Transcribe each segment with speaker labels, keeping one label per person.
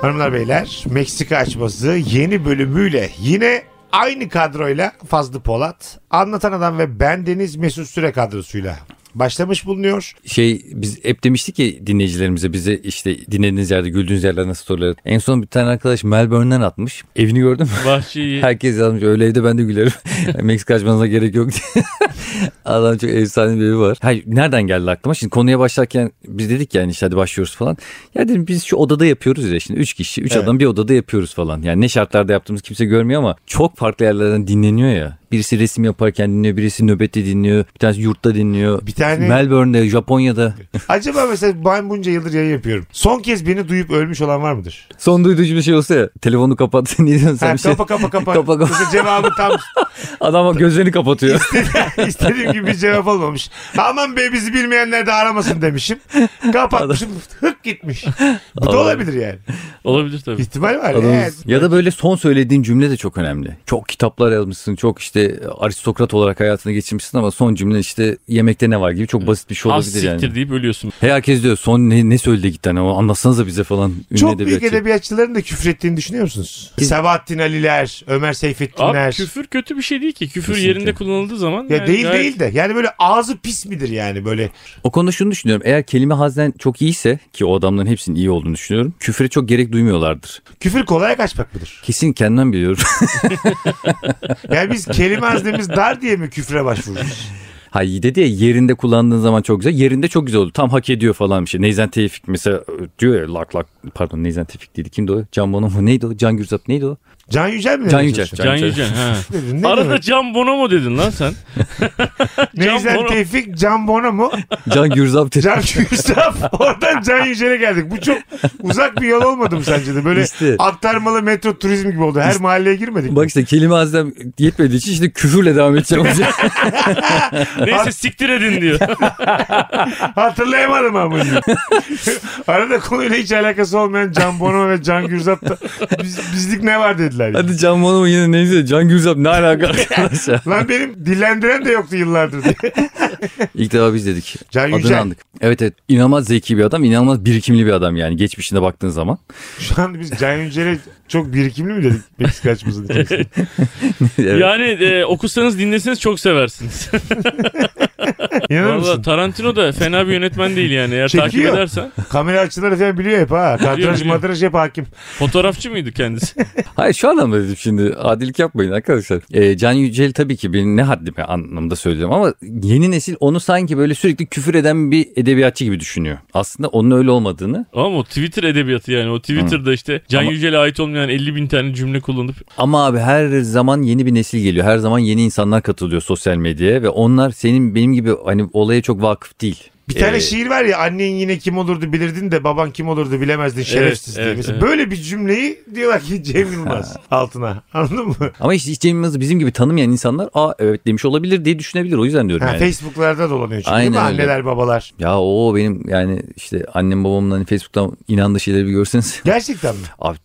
Speaker 1: Hanımlar beyler Meksika açması yeni bölümüyle yine aynı kadroyla Fazlı Polat, Anlatan Adam ve bendeniz Mesut Süre kadrosuyla başlamış bulunuyor.
Speaker 2: Şey biz hep demiştik ki dinleyicilerimize bize işte dinlediğiniz yerde güldüğünüz yerlerden storyler. En son bir tane arkadaş Melbourne'den atmış. Evini gördün mü?
Speaker 3: Vahşi
Speaker 2: Herkes yazmış öyle evde ben de gülerim. Meksika açmanıza gerek yok diye. Adam çok efsane bir evi var. Hayır, nereden geldi aklıma? Şimdi konuya başlarken biz dedik yani işte hadi başlıyoruz falan. Ya dedim biz şu odada yapıyoruz ya şimdi. Üç kişi, üç
Speaker 1: Evet.
Speaker 2: adam bir odada yapıyoruz falan. Yani ne şartlarda yaptığımız kimse görmüyor ama çok farklı yerlerden dinleniyor ya. Birisi resim yaparken dinliyor, birisi nöbette dinliyor, bir tanesi yurtta dinliyor.
Speaker 1: Bir tane-
Speaker 2: Melbourne'de, Japonya'da.
Speaker 1: Acaba mesela ben bunca yıldır yayın yapıyorum. Son kez beni duyup ölmüş olan var mıdır?
Speaker 2: Son duyduğu bir şey olsa ya, telefonu kapat. ne diyorsun sen
Speaker 1: Ha,
Speaker 2: bir şey?
Speaker 1: kapa kapa kapa.
Speaker 2: Kapa, kapa.
Speaker 1: Mesela cevabı tam
Speaker 2: Adam gözlerini kapatıyor.
Speaker 1: istediğim gibi bir cevap olmamış. Aman be bizi bilmeyenler de aramasın demişim. Kapatmışım hık gitmiş. Bu da olabilir yani.
Speaker 3: olabilir tabii.
Speaker 1: İhtimal var.
Speaker 2: Adam-
Speaker 1: Evet.
Speaker 2: Ya da böyle son söylediğin cümle de çok önemli. Çok kitaplar yazmışsın, çok işte aristokrat olarak hayatını geçirmişsin ama son cümle işte yemekte ne var gibi çok basit bir şey
Speaker 3: Az
Speaker 2: olabilir
Speaker 3: siktir
Speaker 2: yani.
Speaker 3: deyip ölüyorsun.
Speaker 2: Hey, Herkes diyor son ne, ne söyledi gitten ama anlatsanıza bize falan. Ünlü
Speaker 1: Çok büyük
Speaker 2: edebiyatçı.
Speaker 1: edebiyatçıların da küfür ettiğini düşünüyor musunuz?
Speaker 2: Biz-
Speaker 1: Sebahattin Aliler, Ömer Seyfettinler.
Speaker 3: Abi küfür kötü bir şey değil ki. Küfür
Speaker 2: Kesinlikle.
Speaker 3: yerinde kullanıldığı zaman.
Speaker 1: Ya
Speaker 3: yani
Speaker 1: değil
Speaker 3: gayet-
Speaker 1: değil de yani böyle ağzı pis midir yani böyle
Speaker 2: O konuda şunu düşünüyorum. Eğer kelime haznen çok iyiyse ki o adamların hepsinin iyi olduğunu düşünüyorum. Küfre çok gerek duymuyorlardır.
Speaker 1: küfür kolay kaçmak mıdır?
Speaker 2: Kesin kendimden biliyorum.
Speaker 1: Yani biz kelime haznemiz dar diye mi küfre başvururuz?
Speaker 2: Ha iyi dedi ya yerinde kullandığın zaman çok güzel. Yerinde çok güzel oldu. Tam hak ediyor falan bir şey. Neyzen Tevfik mesela e, diyor ya lak lak pardon Neyzen Tevfik dedi. Kimdi o? Can Bono mu? Neydi o? Can Gürzap neydi o?
Speaker 1: Can Yücel mi?
Speaker 2: Can
Speaker 1: demeye
Speaker 2: Yücel.
Speaker 1: çalışıyorsun?
Speaker 3: Can Yücel. ha.
Speaker 1: Dedim, Ne
Speaker 3: Arada
Speaker 1: demek?
Speaker 3: Can Bonomo dedin lan sen. Can
Speaker 1: Neyzen
Speaker 3: Bono.
Speaker 1: Tevfik, Can Bono mu?
Speaker 2: Can Gürzap dedi.
Speaker 1: Can Kürsaf. Oradan Can Yücel'e geldik. Bu çok uzak bir yol olmadı mı sence de? Böyle
Speaker 2: İşte.
Speaker 1: aktarmalı metro turizm gibi oldu. Her mahalleye girmedik. mi?
Speaker 2: Bak işte kelime haznem yetmediği için işte küfürle devam edeceğim.
Speaker 3: Neyse siktir edin diyor.
Speaker 1: Hatırlayamadım ama. bunu. Arada konuyla hiç alakası olmayan Can Bono ve Can Gürzap da "Biz- bizlik ne var dediler. yani.
Speaker 2: Hadi Can Bono mu yine neyse Can Gürzap ne alaka arkadaşlar.
Speaker 1: Lan benim dillendiren de yoktu yıllardır diye.
Speaker 2: İlk defa biz dedik.
Speaker 1: Can
Speaker 2: Adını
Speaker 1: Yücel.
Speaker 2: andık. Evet evet inanılmaz zeki bir adam inanılmaz birikimli bir adam yani geçmişine baktığın zaman.
Speaker 1: Şu an biz Can Yücel'e çok birikimli mi dedik Meksika açmasının içerisinde?
Speaker 2: Evet.
Speaker 3: Yani e, okusanız dinleseniz çok seversiniz.
Speaker 1: İnanır
Speaker 3: Valla
Speaker 1: mısın?
Speaker 3: Tarantino da fena bir yönetmen değil yani. Eğer
Speaker 1: Çekiyor.
Speaker 3: takip edersen.
Speaker 1: Kamera açıları falan biliyor hep ha. Kadraj
Speaker 3: biliyor.
Speaker 1: madraj hep hakim.
Speaker 3: Fotoğrafçı mıydı kendisi?
Speaker 2: Hayır şu anlamda dedim şimdi adilik yapmayın arkadaşlar. Ee, Can Yücel tabii ki benim ne haddime anlamda söylüyorum ama yeni nesil onu sanki böyle sürekli küfür eden bir edebiyatçı gibi düşünüyor. Aslında onun öyle olmadığını
Speaker 3: Ama o Twitter edebiyatı yani. O Twitter'da işte Can Yücel'e ait olmayan 50 bin tane cümle kullanıp.
Speaker 2: ama abi her zaman yeni bir nesil geliyor. Her zaman yeni insanlar katılıyor sosyal medyaya ve onlar senin benim gibi hani olaya çok vakıf değil.
Speaker 1: Bir tane şey-
Speaker 2: Ee,
Speaker 1: şiir var ya annen yine kim olurdu bilirdin de baban kim olurdu bilemezdin şerefsiz diye.
Speaker 3: evet,
Speaker 1: Mesela
Speaker 3: evet.
Speaker 1: Böyle bir cümleyi diyorlar ki Cem Yılmaz altına. Anladın mı?
Speaker 2: Ama işte Cem Yılmaz'ı bizim gibi tanımayan insanlar aa evet demiş olabilir diye düşünebilir o yüzden diyorum
Speaker 1: Ha,
Speaker 2: yani.
Speaker 1: Facebook'larda dolanıyor çünkü değil
Speaker 2: Aynen
Speaker 1: mi?
Speaker 2: öyle.
Speaker 1: anneler babalar.
Speaker 2: Ya o benim yani işte annem babamın hani Facebook'tan inandığı şeyleri bir görseniz.
Speaker 1: Gerçekten mi?
Speaker 2: Abi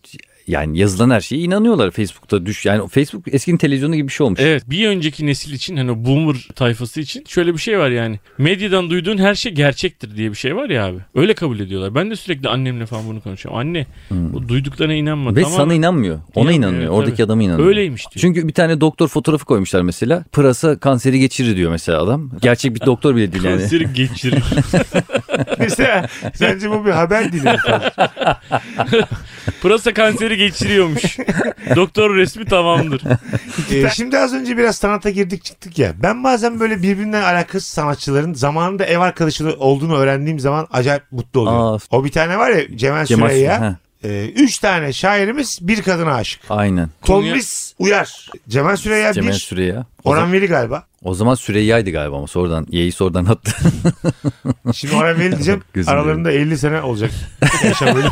Speaker 2: yani yazılan her şeye inanıyorlar Facebook'ta düş. Yani Facebook eskinin televizyonu gibi bir şey olmuş.
Speaker 3: Evet bir önceki nesil için hani o boomer tayfası için şöyle bir şey var yani. Medyadan duyduğun her şey gerçektir diye bir şey var ya abi. Öyle kabul ediyorlar. Ben de sürekli annemle falan bunu konuşuyorum. Anne o duyduklarına inanma.
Speaker 2: Hmm. Ve
Speaker 3: tamam.
Speaker 2: sana inanmıyor. Ona
Speaker 3: İnanmıyor,
Speaker 2: inanmıyor.
Speaker 3: evet,
Speaker 2: Oradaki
Speaker 3: tabii.
Speaker 2: adama inanmıyor.
Speaker 3: Öyleymiş diyor.
Speaker 2: Çünkü bir tane doktor fotoğrafı koymuşlar mesela. Pırasa kanseri geçirir diyor mesela adam. Gerçek bir doktor bile değil yani.
Speaker 3: Kanseri geçirir.
Speaker 1: Mesela sence bu bir haber dili mi?
Speaker 3: Pırasa kanseri geçiriyormuş. Doktor resmi tamamdır.
Speaker 1: Ee, şimdi az önce biraz sanata girdik çıktık ya. Ben bazen böyle birbirinden alakasız sanatçıların zamanında ev arkadaşı olduğunu öğrendiğim zaman acayip mutlu oluyorum.
Speaker 2: Aa.
Speaker 1: O bir tane var ya Cemal,
Speaker 2: Cemal
Speaker 1: Süreyya.
Speaker 2: Süreyya,
Speaker 1: Ee, üç tane şairimiz bir kadına aşık.
Speaker 2: Aynen.
Speaker 3: Konuya-
Speaker 1: Tomris Uyar. Cemal Süreyya
Speaker 2: Cemal
Speaker 1: bir.
Speaker 2: Süreyya. O, zaman,
Speaker 1: Orhan Veli galiba.
Speaker 2: o zaman Süreyya'ydı galiba ama sonradan Y'yi sonradan attı.
Speaker 1: Şimdi Orhan Veli diyeceğim.
Speaker 2: Gözüm
Speaker 1: aralarında 50 sene olacak. Yaşamıyor.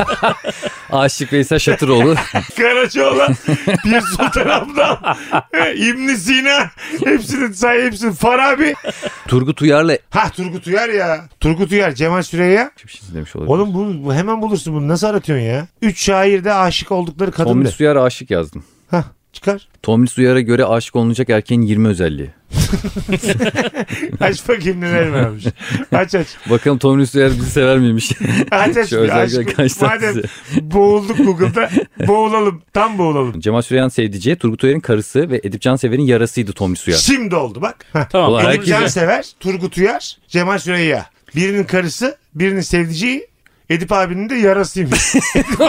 Speaker 2: Aşık Veysel Şatıroğlu.
Speaker 1: Karacaoğlan, Pir Sultan Abdal, İbn Sina, hepsinin say hepsinin Farabi.
Speaker 2: Turgut Uyar'la
Speaker 1: Ha Turgut Uyar ya. Turgut Uyar, Cemal Süreyya.
Speaker 2: bir şey demiş olabilir.
Speaker 1: Oğlum bu, bu hemen bulursun bunu. Nasıl aratıyorsun ya? Üç şairde aşık oldukları kadın.
Speaker 2: Tomris Uyar aşık yazdım.
Speaker 1: Hah. Çıkar.
Speaker 2: Tomris Uyar'a göre aşık olunacak erkeğin 20 özelliği.
Speaker 1: Aç bakayım neler varmış. Aç aç.
Speaker 2: Bakalım Tomris Uyar bizi sever miymiş?
Speaker 1: Aç aç.
Speaker 2: Şu
Speaker 1: bir
Speaker 2: özellikle
Speaker 1: aşk.
Speaker 2: kaç
Speaker 1: Madem
Speaker 2: tanesi?
Speaker 1: boğulduk Google'da boğulalım. Tam boğulalım.
Speaker 2: Cemal Süreyya'nın sevdiceği Turgut Uyar'ın karısı ve Edip Cansever'in yarasıydı Tomris Uyar.
Speaker 1: Şimdi oldu bak. Heh.
Speaker 3: Tamam.
Speaker 2: Ulan
Speaker 3: Onur
Speaker 2: herkes-
Speaker 3: Can-
Speaker 1: Can Sever, Turgut Uyar, Cemal Süreyya. Birinin karısı, birinin sevdiceği, Edip abinin de yarasıymış. Edip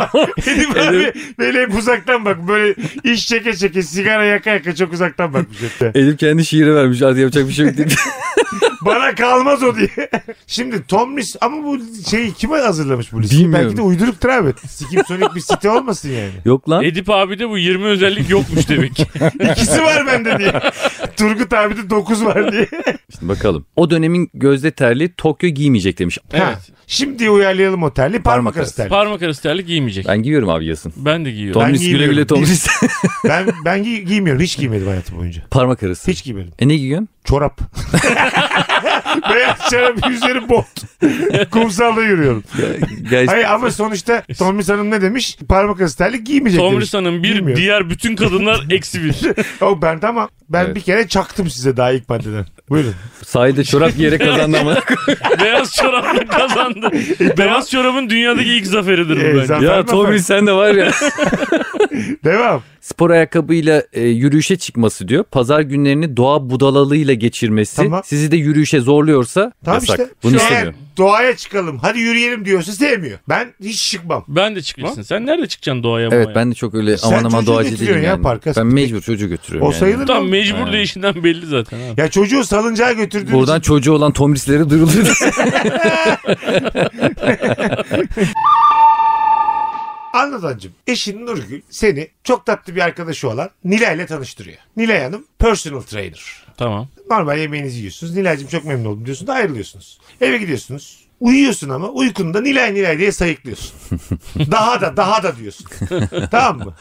Speaker 1: abi böyle hep uzaktan bak. Böyle iş çeke çeke, sigara yaka yaka çok uzaktan bakmış hep de.
Speaker 2: Edip kendi şiiri vermiş artık yapacak bir şey yok deyip.
Speaker 1: Bana kalmaz o diye. Şimdi Tomris ama bu şeyi kime hazırlamış bu listeyi?
Speaker 2: Bilmiyorum.
Speaker 1: Belki de uyduruktur abi. Sikim sonik bir site olmasın yani.
Speaker 2: yok lan.
Speaker 3: Edip abi de bu 20 özellik yokmuş demek ki.
Speaker 1: İkisi var bende diye. Turgut abi de 9 var diye.
Speaker 2: İşte bakalım. O dönemin gözde terliği Tokyo giymeyecek demiş.
Speaker 1: Ha,
Speaker 3: evet.
Speaker 1: Şimdi uyarlayalım o terli. Parmak
Speaker 2: Parmak
Speaker 1: arası
Speaker 2: arası.
Speaker 1: terli.
Speaker 3: Parmak arası terlik giymeyecek.
Speaker 2: Ben giyiyorum abi yasın.
Speaker 3: Ben de giyiyorum.
Speaker 2: Tomris güle
Speaker 1: giymiyorum.
Speaker 2: güle Tomris.
Speaker 1: Ben, ben gi- giymiyorum. Hiç giymedim hayatım boyunca.
Speaker 2: Parmak arası.
Speaker 1: Hiç giymedim.
Speaker 2: E ne giyiyorsun?
Speaker 1: Çorap. Beyaz çorap yüzleri bot. Kumsalda yürüyorum.
Speaker 2: Gel
Speaker 1: Hayır ama sonuçta Tomris Hanım ne demiş? Parmak arası terlik giymeyecek demiş.
Speaker 3: Tomris Hanım bir,
Speaker 1: Bilmiyorum.
Speaker 3: diğer bütün kadınlar eksi bir.
Speaker 1: O ben tamam. Ben
Speaker 2: Evet.
Speaker 1: bir kere çaktım size daha ilk maddeden. Buyurun.
Speaker 2: sahilde çorap giyerek kazandı ama.
Speaker 3: Beyaz çorapla kazandı. Beyaz çorabın dünyadaki ilk zaferidir
Speaker 1: Ee,
Speaker 3: bu bence.
Speaker 1: zafer-
Speaker 2: ya Tomris sen de var ya.
Speaker 1: Devam.
Speaker 2: Spor ayakkabıyla e, yürüyüşe çıkması diyor. Pazar günlerini doğa budalalığıyla geçirmesi.
Speaker 1: Tamam.
Speaker 2: Sizi de yürüyüşe zorluyorsa
Speaker 1: Tamam
Speaker 2: yasak.
Speaker 1: işte.
Speaker 2: Bunu
Speaker 1: Eğer
Speaker 2: istemiyorum.
Speaker 1: doğaya çıkalım hadi yürüyelim diyorsa sevmiyor. Ben hiç çıkmam.
Speaker 3: Ben de çıkmışsın. Sen nerede çıkacaksın doğaya
Speaker 2: Evet
Speaker 3: maya?
Speaker 2: ben de çok öyle
Speaker 1: Sen
Speaker 2: aman aman
Speaker 1: çocuğu
Speaker 2: doğacı
Speaker 1: getiriyorsun
Speaker 2: değilim
Speaker 1: ya
Speaker 2: yani.
Speaker 1: parka.
Speaker 2: Ben mecbur çocuğu götürüyorum
Speaker 1: O
Speaker 2: yani.
Speaker 1: sayılır
Speaker 3: Tam
Speaker 1: mı?
Speaker 3: mecbur
Speaker 2: Ha.
Speaker 3: değişinden belli zaten. Abi.
Speaker 1: Ya çocuğu salıncağa götürdüğün
Speaker 2: Buradan çocuğu olan Tomris'lere duyurulur.
Speaker 1: Anlatancım eşin Nurgül seni çok tatlı bir arkadaşı olan Nilay ile tanıştırıyor. Nilay Hanım personal trainer.
Speaker 3: Tamam.
Speaker 1: Normal yemeğinizi yiyorsunuz. Nilay'cığım çok memnun oldum diyorsun da ayrılıyorsunuz. Eve gidiyorsunuz. Uyuyorsun ama uykunda Nilay Nilay diye sayıklıyorsun. daha da daha da diyorsun. tamam mı?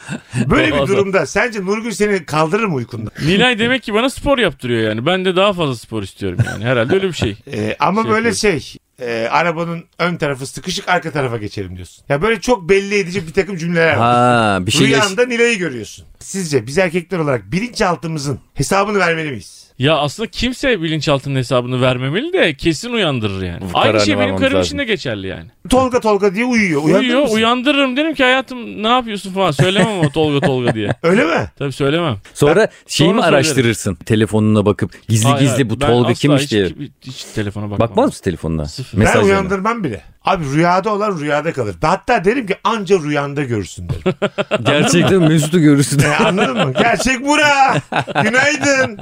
Speaker 1: Böyle
Speaker 3: Daha
Speaker 1: bir
Speaker 3: da.
Speaker 1: durumda sence Nurgül seni kaldırır mı uykunda?
Speaker 2: Şey
Speaker 3: Nilay demek ki bana spor yaptırıyor yani. Ben de daha fazla spor istiyorum yani. Herhalde öyle bir şey.
Speaker 1: Ee, ama
Speaker 3: Şey
Speaker 1: böyle
Speaker 3: yapıyorum.
Speaker 1: şey e, arabanın ön tarafı sıkışık arka tarafa geçelim diyorsun. Ya böyle çok belli edici bir takım cümleler var.
Speaker 2: ha bir şey yaş-
Speaker 1: Rüyanda Nilay'ı görüyorsun. Sizce biz erkekler olarak bilinçaltımızın hesabını vermeli miyiz?
Speaker 3: Ya aslında kimse bilinçaltının hesabını vermemeli de kesin uyandırır yani. Aynı
Speaker 2: kararını
Speaker 3: şey benim
Speaker 2: vermemiz
Speaker 3: karım
Speaker 2: lazım.
Speaker 3: için de geçerli yani.
Speaker 1: Tolga Tolga diye uyuyor. Uyandın
Speaker 3: Uyuyor
Speaker 1: mısın?
Speaker 3: uyandırırım derim ki hayatım ne yapıyorsun falan. Söylemem ama Tolga Tolga diye.
Speaker 1: Öyle mi?
Speaker 3: Tabii söylemem.
Speaker 2: Sonra şeyi mi
Speaker 3: Sonra
Speaker 2: araştırırsın? Telefonuna bakıp gizli
Speaker 3: Hayır,
Speaker 2: gizli
Speaker 3: hayır.
Speaker 2: bu
Speaker 3: Ben
Speaker 2: Tolga
Speaker 3: asla
Speaker 2: kimmiş
Speaker 3: hiç-
Speaker 2: diye.
Speaker 3: Hiç, telefona bakmam.
Speaker 2: Bakmaz mısın telefonuna?
Speaker 3: Sıfır.
Speaker 1: Ben
Speaker 2: Mesajlarına.
Speaker 1: uyandırmam bile. Abi rüyada olan rüyada kalır. Hatta derim ki anca rüyanda görürsün derim.
Speaker 2: Gerçekten Mesut'u görürsün.
Speaker 1: E, anladın mı? Gerçek bura. Günaydın.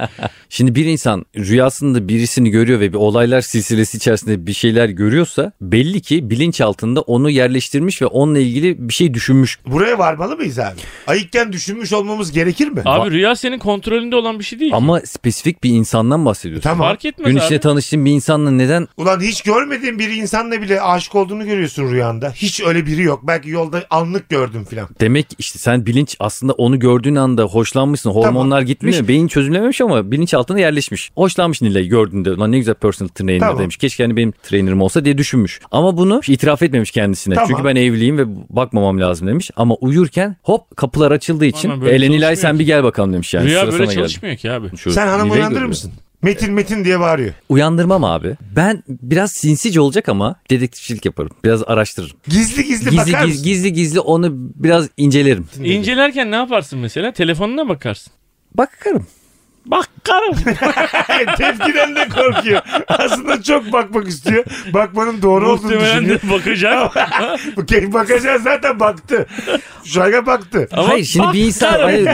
Speaker 2: Şimdi bir insan rüyasında birisini görüyor ve bir olaylar silsilesi içerisinde bir şeyler görüyorsa belli ki bilinçaltında onu yerleştirmiş ve onunla ilgili bir şey düşünmüş.
Speaker 1: Buraya varmalı mıyız abi? Ayıkken düşünmüş olmamız gerekir mi?
Speaker 3: Abi rüya senin kontrolünde olan bir şey değil.
Speaker 2: Ama spesifik bir insandan bahsediyorsun.
Speaker 1: Tamam.
Speaker 3: Fark etmez
Speaker 2: Gün
Speaker 3: abi.
Speaker 2: içinde tanıştığın bir insanla neden
Speaker 1: Ulan hiç görmediğin bir insanla bile aşık olduğunu görüyorsun rüyanda. Hiç öyle biri yok. Belki yolda anlık gördüm filan.
Speaker 2: demek işte sen bilinç aslında onu gördüğün anda hoşlanmışsın. Hormonlar gitmiş. Beyin çözümlememiş ama bilinç altına yerleşmiş. Hoşlanmış Nilay'ı gördüğünde. Lan ne güzel personal trainer
Speaker 1: Tamam.
Speaker 2: demiş. Keşke hani benim trainerim olsa diye düşünmüş. Ama bunu itiraf etmemiş kendisine.
Speaker 1: Tamam.
Speaker 2: Çünkü ben evliyim ve bakmamam lazım demiş. Ama uyurken hop kapılar açıldığı için
Speaker 3: Aynen, böyle
Speaker 2: ele Nilay sen
Speaker 3: çalışmıyor
Speaker 2: bir gel bakalım demiş yani.
Speaker 3: rüya
Speaker 2: Sıra
Speaker 3: böyle
Speaker 2: sana geldi."
Speaker 3: çalışmıyor ki abi.
Speaker 2: Şu
Speaker 1: Sen hanımı
Speaker 2: Nilay'ı
Speaker 1: uyandırır
Speaker 2: görüyor.
Speaker 1: mısın? Metin Metin diye bağırıyor.
Speaker 2: Uyandırmam abi. Ben biraz sinsice olacak ama dedektifçilik yaparım. Biraz araştırırım.
Speaker 1: Gizli gizli,
Speaker 2: Gizli
Speaker 1: bakar
Speaker 2: gizli,
Speaker 1: mısın?
Speaker 2: gizli gizli onu biraz incelerim.
Speaker 3: İncelerken ne yaparsın mesela? Telefonuna bakarsın.
Speaker 2: Bakarım.
Speaker 3: Bakarım.
Speaker 1: Tepkiden de korkuyor. Aslında çok bakmak istiyor. Bakmanın doğru olduğunu
Speaker 3: Muhtemelen
Speaker 1: düşünüyor.
Speaker 3: de bakacak.
Speaker 1: Bu keyif bakacağız zaten baktı. Şayga baktı.
Speaker 3: Ama
Speaker 2: Hayır şimdi bir insan hayır,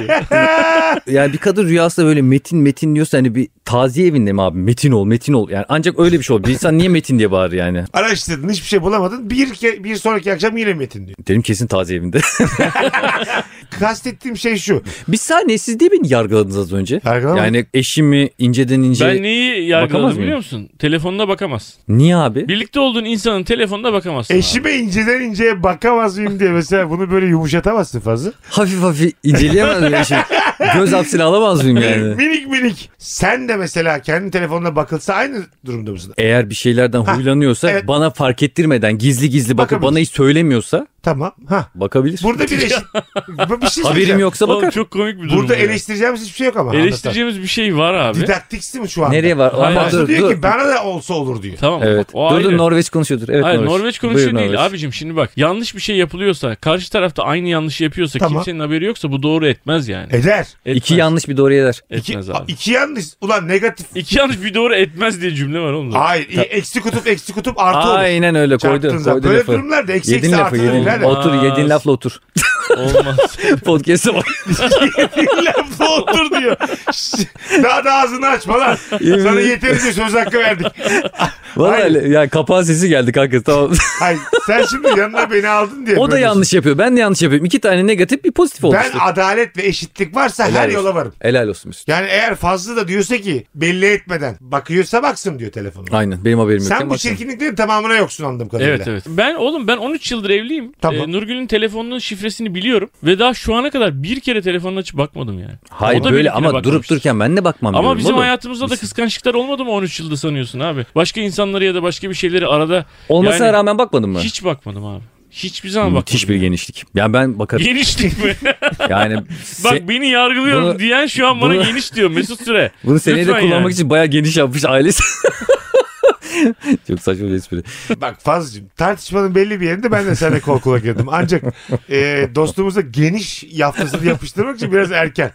Speaker 2: yani bir kadın rüyasında böyle metin metin diyorsa hani bir taziye evinde mi abi metin ol metin ol yani ancak öyle bir şey olur. Bir insan niye metin diye bağırır yani?
Speaker 1: Araştırdın hiçbir şey bulamadın. Bir, ke- bir sonraki akşam yine Metin diyor.
Speaker 2: Dedim kesin taziye evinde.
Speaker 1: Kastettiğim şey şu.
Speaker 2: bir saniye siz niye beni yargıladınız az önce?
Speaker 1: Yargılamadım.
Speaker 2: Yani eşimi inceden ince
Speaker 1: şey,
Speaker 3: Ben neyi
Speaker 2: Bakamaz
Speaker 3: yargıladım
Speaker 2: mıyım?
Speaker 3: biliyor musun? Telefonuna bakamaz.
Speaker 2: niye abi?
Speaker 3: Birlikte olduğun insanın telefonuna bakamazsın. abi.
Speaker 1: Eşime inceden inceye bakamaz mıyım diye mesela bunu böyle yumuşatamazsın fazla.
Speaker 2: Hafif hafif inceleyemez miyim eşimi? Göz hapsini alamaz mıyım yani?
Speaker 1: Minik minik. Sen de mesela kendi telefonuna bakılsa aynı durumda mısın?
Speaker 2: Eğer bir şeylerden huylanıyorsa
Speaker 1: evet.
Speaker 2: bana fark ettirmeden gizli gizli bakıp
Speaker 1: Bakabilir.
Speaker 2: bana hiç söylemiyorsa
Speaker 1: Tamam. Ha.
Speaker 2: Bakabilir.
Speaker 1: Burada bir eşit. bir şey
Speaker 2: Haberim
Speaker 1: söyleyeceğim.
Speaker 2: yoksa
Speaker 3: Oğlum
Speaker 2: bakar.
Speaker 3: çok komik bir durum.
Speaker 1: Burada
Speaker 3: ya.
Speaker 1: eleştireceğimiz hiçbir şey yok ama.
Speaker 3: eleştireceğimiz bir şey var abi.
Speaker 1: anlatan. Didaktiksin mi şu anda?
Speaker 2: Nereye var?
Speaker 3: Hayır,
Speaker 2: Ama
Speaker 1: Batu
Speaker 2: dur,
Speaker 1: diyor
Speaker 2: dur.
Speaker 1: ki bana da olsa olur diyor.
Speaker 3: Tamam.
Speaker 2: Evet.
Speaker 3: O
Speaker 2: dur
Speaker 3: ayrı.
Speaker 2: dur Norveç konuşuyordur. Evet
Speaker 3: Hayır Norveç, konuşuyor
Speaker 2: Buyur
Speaker 3: değil
Speaker 2: Norveç.
Speaker 3: abicim şimdi bak yanlış bir şey yapılıyorsa karşı tarafta aynı yanlışı yapıyorsa
Speaker 1: Tamam.
Speaker 3: kimsenin haberi yoksa bu doğru etmez yani.
Speaker 1: Eder.
Speaker 3: Etmez.
Speaker 2: İki yanlış bir doğru eder.
Speaker 1: İki,
Speaker 3: Etmez abi.
Speaker 1: iki yanlış. Ulan negatif.
Speaker 3: İki yanlış bir doğru etmez diye cümle var oğlum. da.
Speaker 1: Hayır. i- Eksi kutup eksi kutup artı olur.
Speaker 2: Aynen öyle koydu.
Speaker 1: Çarptığın zaman.
Speaker 2: koydu
Speaker 1: Böyle
Speaker 2: lafı.
Speaker 1: durumlarda eksi
Speaker 2: Yedin
Speaker 1: eksi
Speaker 2: lafı
Speaker 1: artı
Speaker 2: yedin.
Speaker 1: verirler de.
Speaker 2: Otur yedin lafla otur.
Speaker 3: Olmaz.
Speaker 2: Podcast'e bak.
Speaker 1: Lafı otur diyor. Şş, Daha da ağzını açma lan.
Speaker 2: Yemin
Speaker 1: Sana
Speaker 2: ederim.
Speaker 1: yeterince söz hakkı verdik.
Speaker 2: Vallahi
Speaker 1: Hayır.
Speaker 2: öyle. yani kapağın sesi geldi kanka tamam.
Speaker 1: Hayır sen şimdi yanına beni aldın diye.
Speaker 2: o da
Speaker 1: böyle-
Speaker 2: yanlış yapıyor. Ben de yanlış yapıyorum. İki tane negatif bir pozitif oldu
Speaker 1: Ben
Speaker 2: işte.
Speaker 1: adalet ve eşitlik varsa
Speaker 2: Helal
Speaker 1: her
Speaker 2: olsun.
Speaker 1: yola varım.
Speaker 2: Helal olsun Mesut.
Speaker 1: Yani eğer fazla da diyorsa ki belli etmeden bakıyorsa baksın diyor telefonu.
Speaker 2: Aynen benim haberim yok.
Speaker 1: Sen
Speaker 2: Ama
Speaker 1: bu
Speaker 2: baksana.
Speaker 1: çirkinliklerin tamamına yoksun anladığım kadarıyla.
Speaker 3: evet evet. Ben oğlum ben 13 yıldır evliyim.
Speaker 1: Tamam.
Speaker 3: Ee, Nurgül'ün telefonunun şifresini biliyorum ve daha şu ana kadar bir kere telefonunu açıp bakmadım yani.
Speaker 2: Hayır
Speaker 3: O da
Speaker 2: böyle
Speaker 3: benimkine
Speaker 2: ama durup
Speaker 3: bakmamıştır.
Speaker 2: dururken ben de bakmam.
Speaker 3: Ama
Speaker 2: diyorum
Speaker 3: bizim
Speaker 2: oğlum.
Speaker 3: hayatımızda da kıskançlıklar olmadı mı 13 yılda sanıyorsun abi? Başka insanları ya da başka bir şeyleri arada
Speaker 2: Olmasına
Speaker 3: Yani-
Speaker 2: rağmen bakmadın mı?
Speaker 3: hiç bakmadım abi. Hiçbir zaman bakmadım.
Speaker 2: Müthiş bir genişlik. Ya ben bakarım.
Speaker 3: Genişlik mi?
Speaker 2: yani
Speaker 3: Bak
Speaker 2: se-
Speaker 3: beni yargılıyorum
Speaker 2: Bunu-
Speaker 3: diyen şu an bana
Speaker 2: bunu-
Speaker 3: geniş diyor Mesut Süre.
Speaker 2: bunu seneye de
Speaker 3: Lütfen
Speaker 2: kullanmak
Speaker 3: yani.
Speaker 2: için bayağı geniş yapmış ailesi. Çok saçma bir espri.
Speaker 1: Bak Fazlıcığım tartışmanın belli bir yerinde ben de seninle kol kola girdim. Ancak e, dostluğumuza geniş yaftasını yapıştırmak için biraz erken.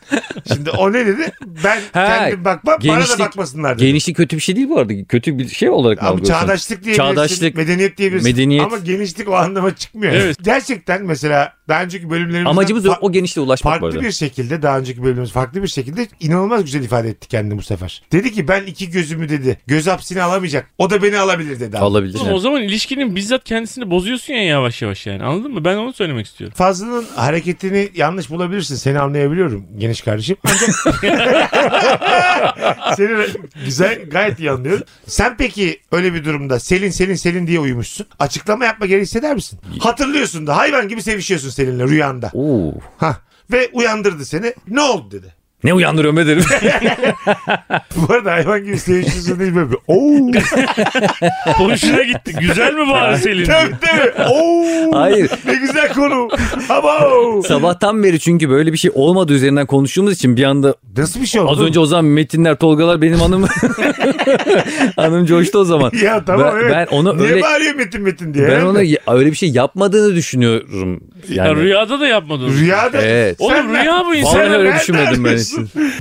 Speaker 1: Şimdi o ne dedi? Ben
Speaker 2: Ha,
Speaker 1: kendim bakmam bana
Speaker 2: genişlik-
Speaker 1: da bakmasınlar dedi.
Speaker 2: Genişlik kötü bir şey değil bu arada. Kötü bir şey olarak mı
Speaker 1: Ama
Speaker 2: algılıyorsun?
Speaker 1: çağdaşlık diyebilirsin,
Speaker 2: Çağdaşlık,
Speaker 1: medeniyet diyebilirsin.
Speaker 2: medeniyet.
Speaker 1: Ama genişlik o anlama çıkmıyor.
Speaker 3: Evet.
Speaker 1: Gerçekten mesela daha önceki bölümlerimizden
Speaker 2: Amacımız
Speaker 1: fa-
Speaker 2: o genişliğe ulaşmak bu
Speaker 1: farklı
Speaker 2: arada.
Speaker 1: bir şekilde daha önceki bölümümüz farklı bir şekilde inanılmaz güzel ifade etti kendini bu sefer. Dedi ki ben iki gözümü dedi göz hapsini alamayacak. O da beni alabilir dedi. abi.
Speaker 2: Alabilir.
Speaker 3: Oğlum, o zaman ilişkinin bizzat kendisini bozuyorsun ya yavaş yavaş yani anladın mı? Ben onu söylemek istiyorum.
Speaker 1: Fazlı'nın hareketini yanlış bulabilirsin. Seni anlayabiliyorum geniş kardeşim. Ancak seni güzel gayet iyi anlıyorum. Sen peki öyle bir durumda Selin Selin Selin diye uyumuşsun. Açıklama yapma gereği hisseder misin? Hatırlıyorsun da hayvan gibi sevişiyorsun Selin'le rüyanda.
Speaker 2: Oo.
Speaker 1: Hah. Ve uyandırdı seni. Ne oldu dedi.
Speaker 2: Ne uyandırıyorum be derim.
Speaker 1: Bu arada hayvan gibi sevişiyorsun değil böyle. bir, Oo.
Speaker 3: Hoşuna gitti. Güzel mi bari Selin? diye.
Speaker 1: tabii tabii. Oo.
Speaker 2: Hayır.
Speaker 1: Ne güzel konu. Abo.
Speaker 2: Sabahtan beri çünkü böyle bir şey olmadı üzerinden konuştuğumuz için bir anda
Speaker 1: Nasıl bir şey oldu?
Speaker 2: az önce o zaman Metinler, Tolgalar benim hanım hanım coştu o zaman.
Speaker 1: ya tamam
Speaker 2: ben,
Speaker 1: evet.
Speaker 2: ben onu
Speaker 1: Niye
Speaker 2: öyle
Speaker 1: bağırıyor Metin Metin diye?
Speaker 2: ben onu ya- öyle bir şey yapmadığını düşünüyorum.
Speaker 3: Ya
Speaker 2: Yani
Speaker 3: rüyada da yapmadın.
Speaker 1: Rüyada.
Speaker 2: Evet.
Speaker 3: Oğlum
Speaker 1: Sen-
Speaker 3: rüya bu
Speaker 2: Vallahi
Speaker 1: Sen
Speaker 3: insan.
Speaker 2: öyle
Speaker 1: nereden
Speaker 2: düşünmedim ben
Speaker 1: biliyorsun?
Speaker 2: için.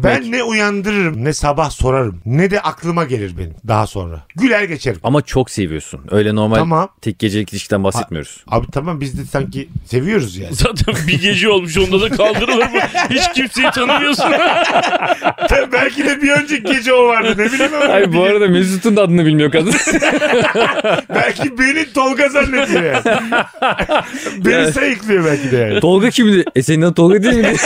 Speaker 1: Ben ne uyandırırım ne sabah sorarım ne de aklıma gelir benim daha sonra. Güler geçerim.
Speaker 2: Ama çok seviyorsun. Öyle normal
Speaker 1: Tamam.
Speaker 2: tek gecelik ilişkiden bahsetmiyoruz.
Speaker 1: Abi tamam biz de sanki seviyoruz yani.
Speaker 3: Zaten bir gece olmuş onda da kaldırılır mı? Hiç kimseyi tanımıyorsun.
Speaker 1: Tabii belki de bir önceki gece o vardı ne bileyim ama
Speaker 2: Ay bu arada Mesut'un da adını bilmiyor kadın.
Speaker 1: belki beni Tolga zannediyor yani. beni
Speaker 2: Yani-
Speaker 1: sayıklıyor belki de yani.
Speaker 2: Tolga kimdi? E senin adın Tolga değil mi?
Speaker 1: Evet,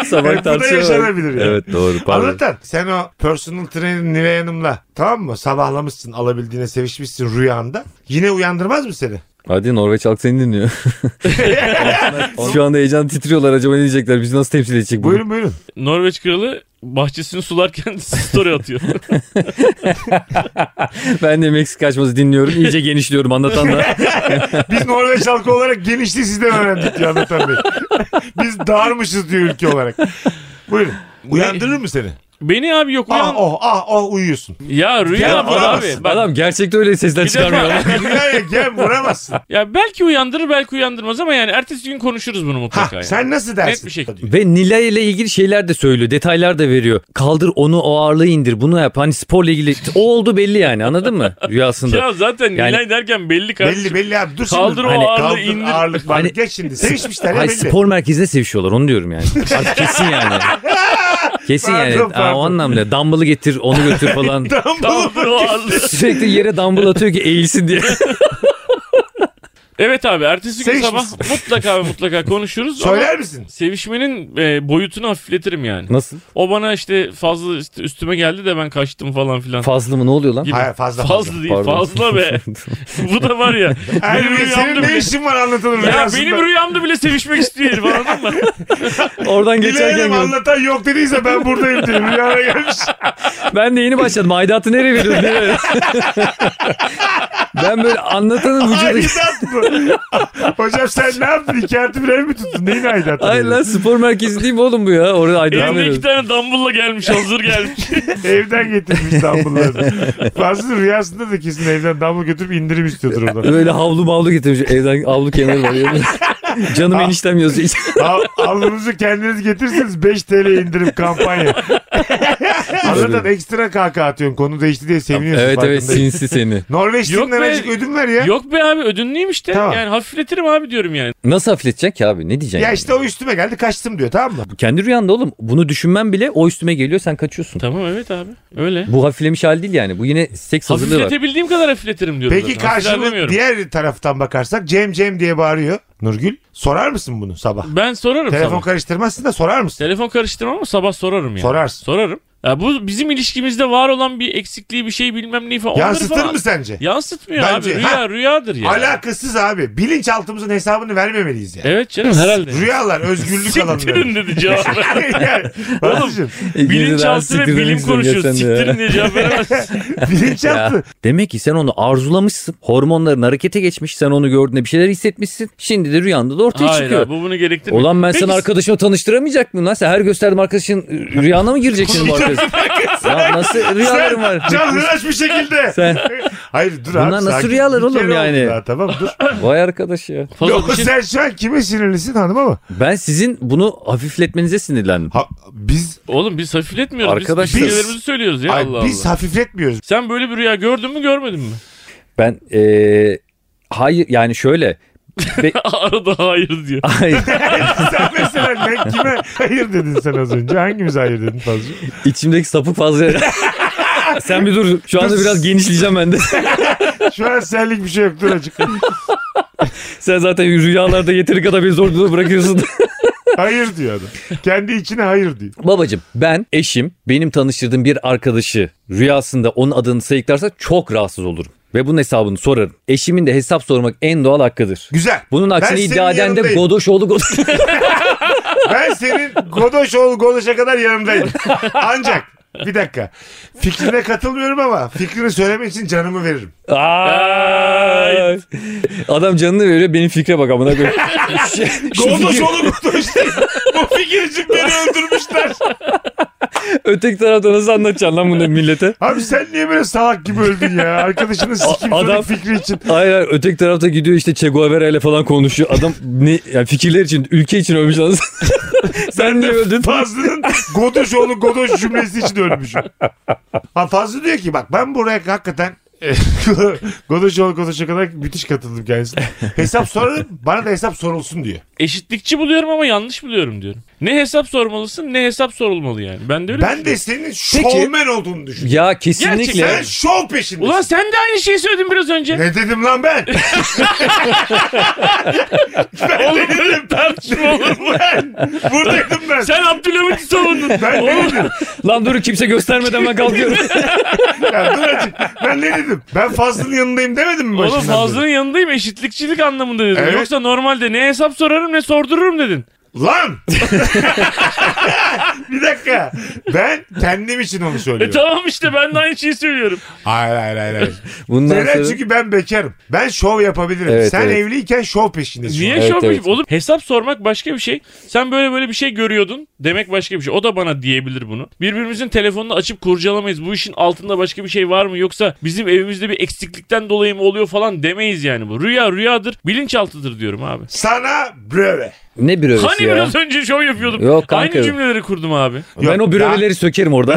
Speaker 1: bu
Speaker 2: Sabah
Speaker 1: da
Speaker 2: tartışıyor.
Speaker 1: yaşanabilir yani.
Speaker 2: Evet doğru pardon.
Speaker 1: Anlatan sen o personal trainer Nilay Hanım'la tamam mı sabahlamışsın alabildiğine sevişmişsin rüyanda yine uyandırmaz mı seni?
Speaker 2: Hadi Norveç halk seni dinliyor. Şu anda heyecan titriyorlar acaba ne diyecekler bizi nasıl temsil edecek bugün?
Speaker 1: Buyurun buyurun.
Speaker 3: Norveç kralı bahçesini sularken story atıyor.
Speaker 2: Ben de Meksika açması dinliyorum iyice genişliyorum anlatanlar.
Speaker 1: Biz Norveç halkı olarak genişliği sizden öğrendik diyor Anlatan Bey. Biz darmışız diyor ülke olarak. Buyurun. Uyandırır mı seni?
Speaker 3: Beni abi yok
Speaker 1: Ah
Speaker 3: uyan.
Speaker 1: oh ah oh uyuyorsun.
Speaker 3: Ya
Speaker 1: Ya,
Speaker 3: rüya bu
Speaker 1: olamaz.
Speaker 3: abi. Bak,
Speaker 2: Adam gerçekte öyle sesler
Speaker 3: Bir defa-
Speaker 2: çıkarmıyor.
Speaker 1: Dünyaya gel vuramazsın.
Speaker 3: Ya belki uyandırır belki uyandırmaz ama yani ertesi gün konuşuruz bunu
Speaker 1: Ha,
Speaker 3: mutlaka. yani.
Speaker 1: sen nasıl dersin?
Speaker 3: Net bir şekilde.
Speaker 1: Diyor.
Speaker 2: Ve Nilay ile ilgili şeyler de söylüyor. Detaylar da veriyor. Kaldır onu o ağırlığı indir. Bunu yap. Hani sporla ilgili. O oldu belli yani anladın mı? Rüyasında.
Speaker 3: Ya zaten
Speaker 2: Yani-
Speaker 3: Nilay derken belli kardeşim.
Speaker 1: Belli belli abi dur şimdi.
Speaker 3: Kaldır o
Speaker 1: Hani
Speaker 3: ağırlığı,
Speaker 1: kaldır
Speaker 3: indir.
Speaker 1: Ağırlık varlık
Speaker 2: Hani-
Speaker 1: geç şimdi. Sevişmişler ya
Speaker 2: Hayır
Speaker 1: belli.
Speaker 2: spor merkezinde sevişiyorlar onu diyorum yani. Artık kesin yani. Kesin yani.
Speaker 1: Pardon,
Speaker 2: Aa,
Speaker 1: pardon.
Speaker 2: o anlamda. Dumbbell'ı getir onu götür falan.
Speaker 1: Tamam,
Speaker 3: Tamam, dur o ağırlığı.
Speaker 2: Sürekli yere dumbbell atıyor ki eğilsin diye.
Speaker 3: Evet abi ertesi gün
Speaker 1: Sevişmişsin.
Speaker 3: sabah mutlaka ve mutlaka konuşuruz. ama
Speaker 1: Söyler misin?
Speaker 3: Sevişmenin e, boyutunu hafifletirim yani.
Speaker 2: Nasıl?
Speaker 3: O bana işte fazla işte üstüme geldi de ben kaçtım falan filan.
Speaker 2: Fazla mı ne oluyor lan?
Speaker 3: gibi.
Speaker 1: Hayır, fazla,
Speaker 3: fazla.
Speaker 1: fazla.
Speaker 3: değil
Speaker 2: Pardon.
Speaker 3: fazla be. Bu da var ya.
Speaker 1: Hayır,
Speaker 3: benim
Speaker 1: senin
Speaker 3: rüyamda
Speaker 1: ne
Speaker 3: bile-
Speaker 1: işin var anlatılır
Speaker 3: Ya
Speaker 1: rüyasında.
Speaker 3: benim rüyamda bile sevişmek istiyor herif anladın mı?
Speaker 2: Oradan
Speaker 1: Dileyelim
Speaker 2: geçerken gördüm.
Speaker 1: anlatan yok dediyse ben buradayım diye rüyana gelmiş.
Speaker 2: Ben de yeni başladım. Aidatı nereye veriyorsun? Nereye? Ben böyle anlatanın vücudu...
Speaker 1: Aidat bu. Hocam sen ne yaptın? İki artı bir ev mi tuttun? Neyin aidatı?
Speaker 2: Ay lan spor merkezi değil mi oğlum bu ya? Orada aydınlanma
Speaker 3: Elinde iki
Speaker 2: veriyoruz.
Speaker 3: tane dumbbell'la gelmiş hazır gelmiş.
Speaker 1: Evden getirmiş dumbbellları. Fazla rüyasında da kesin evden dumbbell götürüp indirim istiyordur oradan.
Speaker 2: Böyle havlu mavlu getirmiş. Evden havlu kenarı var. Yani. Canım
Speaker 1: Ah.
Speaker 2: eniştem yazıyor.
Speaker 1: Al, alnınızı kendiniz getirirseniz 5 TL indirim kampanya. Anladın ekstra kaka atıyorsun. Konu değişti diye seviniyorsun.
Speaker 2: evet evet
Speaker 1: farkındayım.
Speaker 2: sinsi seni.
Speaker 1: Norveç'ten
Speaker 3: Yok be.
Speaker 1: azıcık ödün ver ya.
Speaker 3: Yok be abi ödünlüyüm işte.
Speaker 1: Tamam.
Speaker 3: Yani hafifletirim abi diyorum yani.
Speaker 2: Nasıl hafifletecek ki abi? Ne diyeceksin?
Speaker 1: Ya
Speaker 2: yani?
Speaker 1: işte o üstüme geldi kaçtım diyor tamam mı?
Speaker 2: Kendi rüyanda oğlum. Bunu düşünmen bile o üstüme geliyor sen kaçıyorsun.
Speaker 3: Tamam evet abi. Öyle.
Speaker 2: Bu hafiflemiş hal değil yani. Bu yine seks hazırlığı var.
Speaker 3: Hafifletebildiğim kadar hafifletirim diyorum.
Speaker 1: Peki
Speaker 3: zaten.
Speaker 1: karşılığı
Speaker 3: Hafifletemiyorum.
Speaker 1: diğer taraftan bakarsak Cem Cem diye bağırıyor Nurgül. Sorar mısın bunu sabah?
Speaker 3: Ben sorarım
Speaker 1: Telefon
Speaker 3: sabah.
Speaker 1: karıştırmazsın da sorar mısın?
Speaker 3: Telefon karıştırmam ama sabah sorarım yani.
Speaker 1: Sorarsın.
Speaker 3: Sorarım. Ya bu bizim ilişkimizde var olan bir eksikliği bir şey bilmem neyi falan. onları
Speaker 1: Yansıtır
Speaker 3: falan-
Speaker 1: mı sence?
Speaker 3: Yansıtmıyor
Speaker 1: Bence.
Speaker 3: abi. Rüya
Speaker 1: Ha.
Speaker 3: rüyadır ya.
Speaker 1: Alakasız abi. Bilinçaltımızın hesabını vermemeliyiz yani.
Speaker 3: Evet canım herhalde.
Speaker 1: Rüyalar özgürlük alanları.
Speaker 3: Siktirin dedi cevap.
Speaker 1: yani, Oğlum.
Speaker 3: Bilinçaltı ve bilim konuşuyor. Siktirin diye cevap veremezsin.
Speaker 1: Bilinçaltı.
Speaker 2: Demek ki sen onu arzulamışsın. Hormonların harekete geçmiş. Sen onu gördüğünde bir şeyler hissetmişsin. Şimdi de rüyanda da ortaya
Speaker 3: Hayır
Speaker 2: çıkıyor.
Speaker 3: abi bu bunu gerektirmiyor.
Speaker 2: Ulan ben
Speaker 3: Peki,
Speaker 2: sana arkadaşımı tanıştıramayacak mıyım lan? Sen her gösterdiğim arkadaşın rüyana mı girecek senin bu arkadaşın? ya nasıl rüyalarım
Speaker 1: Sen
Speaker 2: var?
Speaker 1: canhıraş bir şekilde.
Speaker 2: Sen
Speaker 1: Hayır dur abi.
Speaker 2: Bunlar nasıl
Speaker 1: sakin.
Speaker 2: rüyalar
Speaker 1: Bir
Speaker 2: oğlum
Speaker 1: kere oldu
Speaker 2: yani?
Speaker 1: daha, tamam dur.
Speaker 2: vay arkadaş ya.
Speaker 3: fazla
Speaker 1: Yok,
Speaker 3: bir şey-
Speaker 1: Sen şu an kime sinirlisin hanıma mı?
Speaker 2: Ben sizin bunu hafifletmenize sinirlendim.
Speaker 1: Ha, biz
Speaker 3: şey- Oğlum biz hafifletmiyoruz. Arkadaşlar.
Speaker 2: Arkadaşlar-
Speaker 3: Biz fikirlerimizi söylüyoruz ya
Speaker 1: ay,
Speaker 3: Allah
Speaker 1: biz
Speaker 3: Allah.
Speaker 1: hafifletmiyoruz.
Speaker 3: Sen böyle bir rüya gördün mü görmedin mi?
Speaker 2: Ben eee hayır yani şöyle. Be-
Speaker 3: Arada hayır diyor.
Speaker 2: hayır.
Speaker 1: sen mesela ne, kime hayır dedin sen az önce? Hangimize hayır dedin fazla?
Speaker 2: İçimdeki sapık fazla. Sen bir dur. Şu anda biraz genişleyeceğim ben de.
Speaker 1: Şu an senlik bir şey yok dur açık.
Speaker 2: Sen zaten rüyalarda yeteri kadar bir zorluğu bırakıyorsun.
Speaker 1: Hayır diyor adam. Kendi içine hayır diyor.
Speaker 2: Babacım ben eşim benim tanıştırdığım bir arkadaşı rüyasında onun adını sayıklarsa çok rahatsız olurum. Ve bunun hesabını sorarım. Eşimin de hesap sormak en doğal hakkıdır.
Speaker 1: Güzel.
Speaker 2: Bunun aksine
Speaker 1: senin
Speaker 2: iddia eden de
Speaker 1: yanındayım.
Speaker 2: godoş oğlu godoş.
Speaker 1: Ben senin Godoş ol Godoş'a kadar yanındayım. Ancak bir dakika. Fikrine katılmıyorum ama fikrini söylemek için canımı veririm.
Speaker 2: Ay. Adam canını veriyor benim fikre bak amına koyayım. Şu- şu
Speaker 1: Godoş
Speaker 2: fikir-
Speaker 1: ol Godoş. diye. Bu fikir için beni öldürmüşler.
Speaker 2: Öteki tarafta nasıl anlatacaksın lan bunu millete?
Speaker 1: Abi sen niye böyle salak gibi öldün ya? Arkadaşının sikim
Speaker 2: adam-
Speaker 1: Adam... fikri için.
Speaker 2: Hayır hayır öteki tarafta gidiyor işte Che Guevara ile falan konuşuyor. Adam ne yani fikirler için ülke için ölmüş lan. Sen niye öldün?
Speaker 1: Fazlı'nın Godoş oğlu Godoş cümlesi için ölmüşüm. Ha Fazlı diyor ki bak ben buraya hakikaten Godoş oğlu Godoş'a kadar müthiş katıldım kendisine. Hesap sorarım bana da hesap sorulsun diyor.
Speaker 3: Eşitlikçi buluyorum ama yanlış buluyorum diyorum. Ne hesap sormalısın ne hesap sorulmalı yani. Ben de öyle şey.
Speaker 1: Ben de senin şovmen olduğunu düşünüyorum.
Speaker 2: Ya kesinlikle.
Speaker 1: Sen şov peşindesin.
Speaker 3: Ulan sen de aynı şeyi söyledin biraz önce.
Speaker 1: ne dedim lan ben? ben ne dedim?
Speaker 3: Tartışma olur mu?
Speaker 1: Ben buradaydım ben.
Speaker 3: Sen Abdülhamit'i savundun.
Speaker 1: Ben ne
Speaker 3: Oğlum,
Speaker 1: dedim?
Speaker 2: Lan dur kimse göstermeden ben kalkıyorum.
Speaker 1: Ya dur azıcık. Ben ne dedim? Ben Fazlı'nın yanındayım demedim mi başından?
Speaker 3: oğlum
Speaker 1: beri?
Speaker 3: Fazlı'nın yanındayım eşitlikçilik anlamında dedim.
Speaker 1: Evet.
Speaker 3: Yoksa normalde ne hesap sorarım ne sordururum dedin.
Speaker 1: Lan! bir dakika. Ben kendim için onu
Speaker 3: E
Speaker 1: söylüyorum.
Speaker 3: tamam işte ben de aynı şeyi söylüyorum.
Speaker 1: hayır hayır hayır. hayır.
Speaker 2: Bundan
Speaker 1: Neden?
Speaker 2: sonra
Speaker 1: Çünkü ben bekarım. Ben şov yapabilirim.
Speaker 2: Evet,
Speaker 1: Sen
Speaker 2: evet.
Speaker 1: evliyken şov peşindesin.
Speaker 3: Niye
Speaker 2: Evet,
Speaker 3: şov
Speaker 2: evet.
Speaker 3: yapayım? Oğlum hesap sormak başka bir şey. Sen böyle böyle bir şey görüyordun demek başka bir şey. O da bana diyebilir bunu. Birbirimizin telefonunu açıp kurcalamayız. Bu işin altında başka bir şey var mı yoksa bizim evimizde bir eksiklikten dolayı mı oluyor falan demeyiz yani bu. Rüya rüyadır bilinçaltıdır diyorum abi.
Speaker 1: Sana bröve.
Speaker 2: ne bir
Speaker 3: Hani
Speaker 2: övesi ya.
Speaker 3: biraz önce şov yapıyordum.
Speaker 2: Yok kanka.
Speaker 3: Aynı cümleleri kurdum abi.
Speaker 2: Ben
Speaker 1: Yok,
Speaker 2: o büroveleri sökerim orada.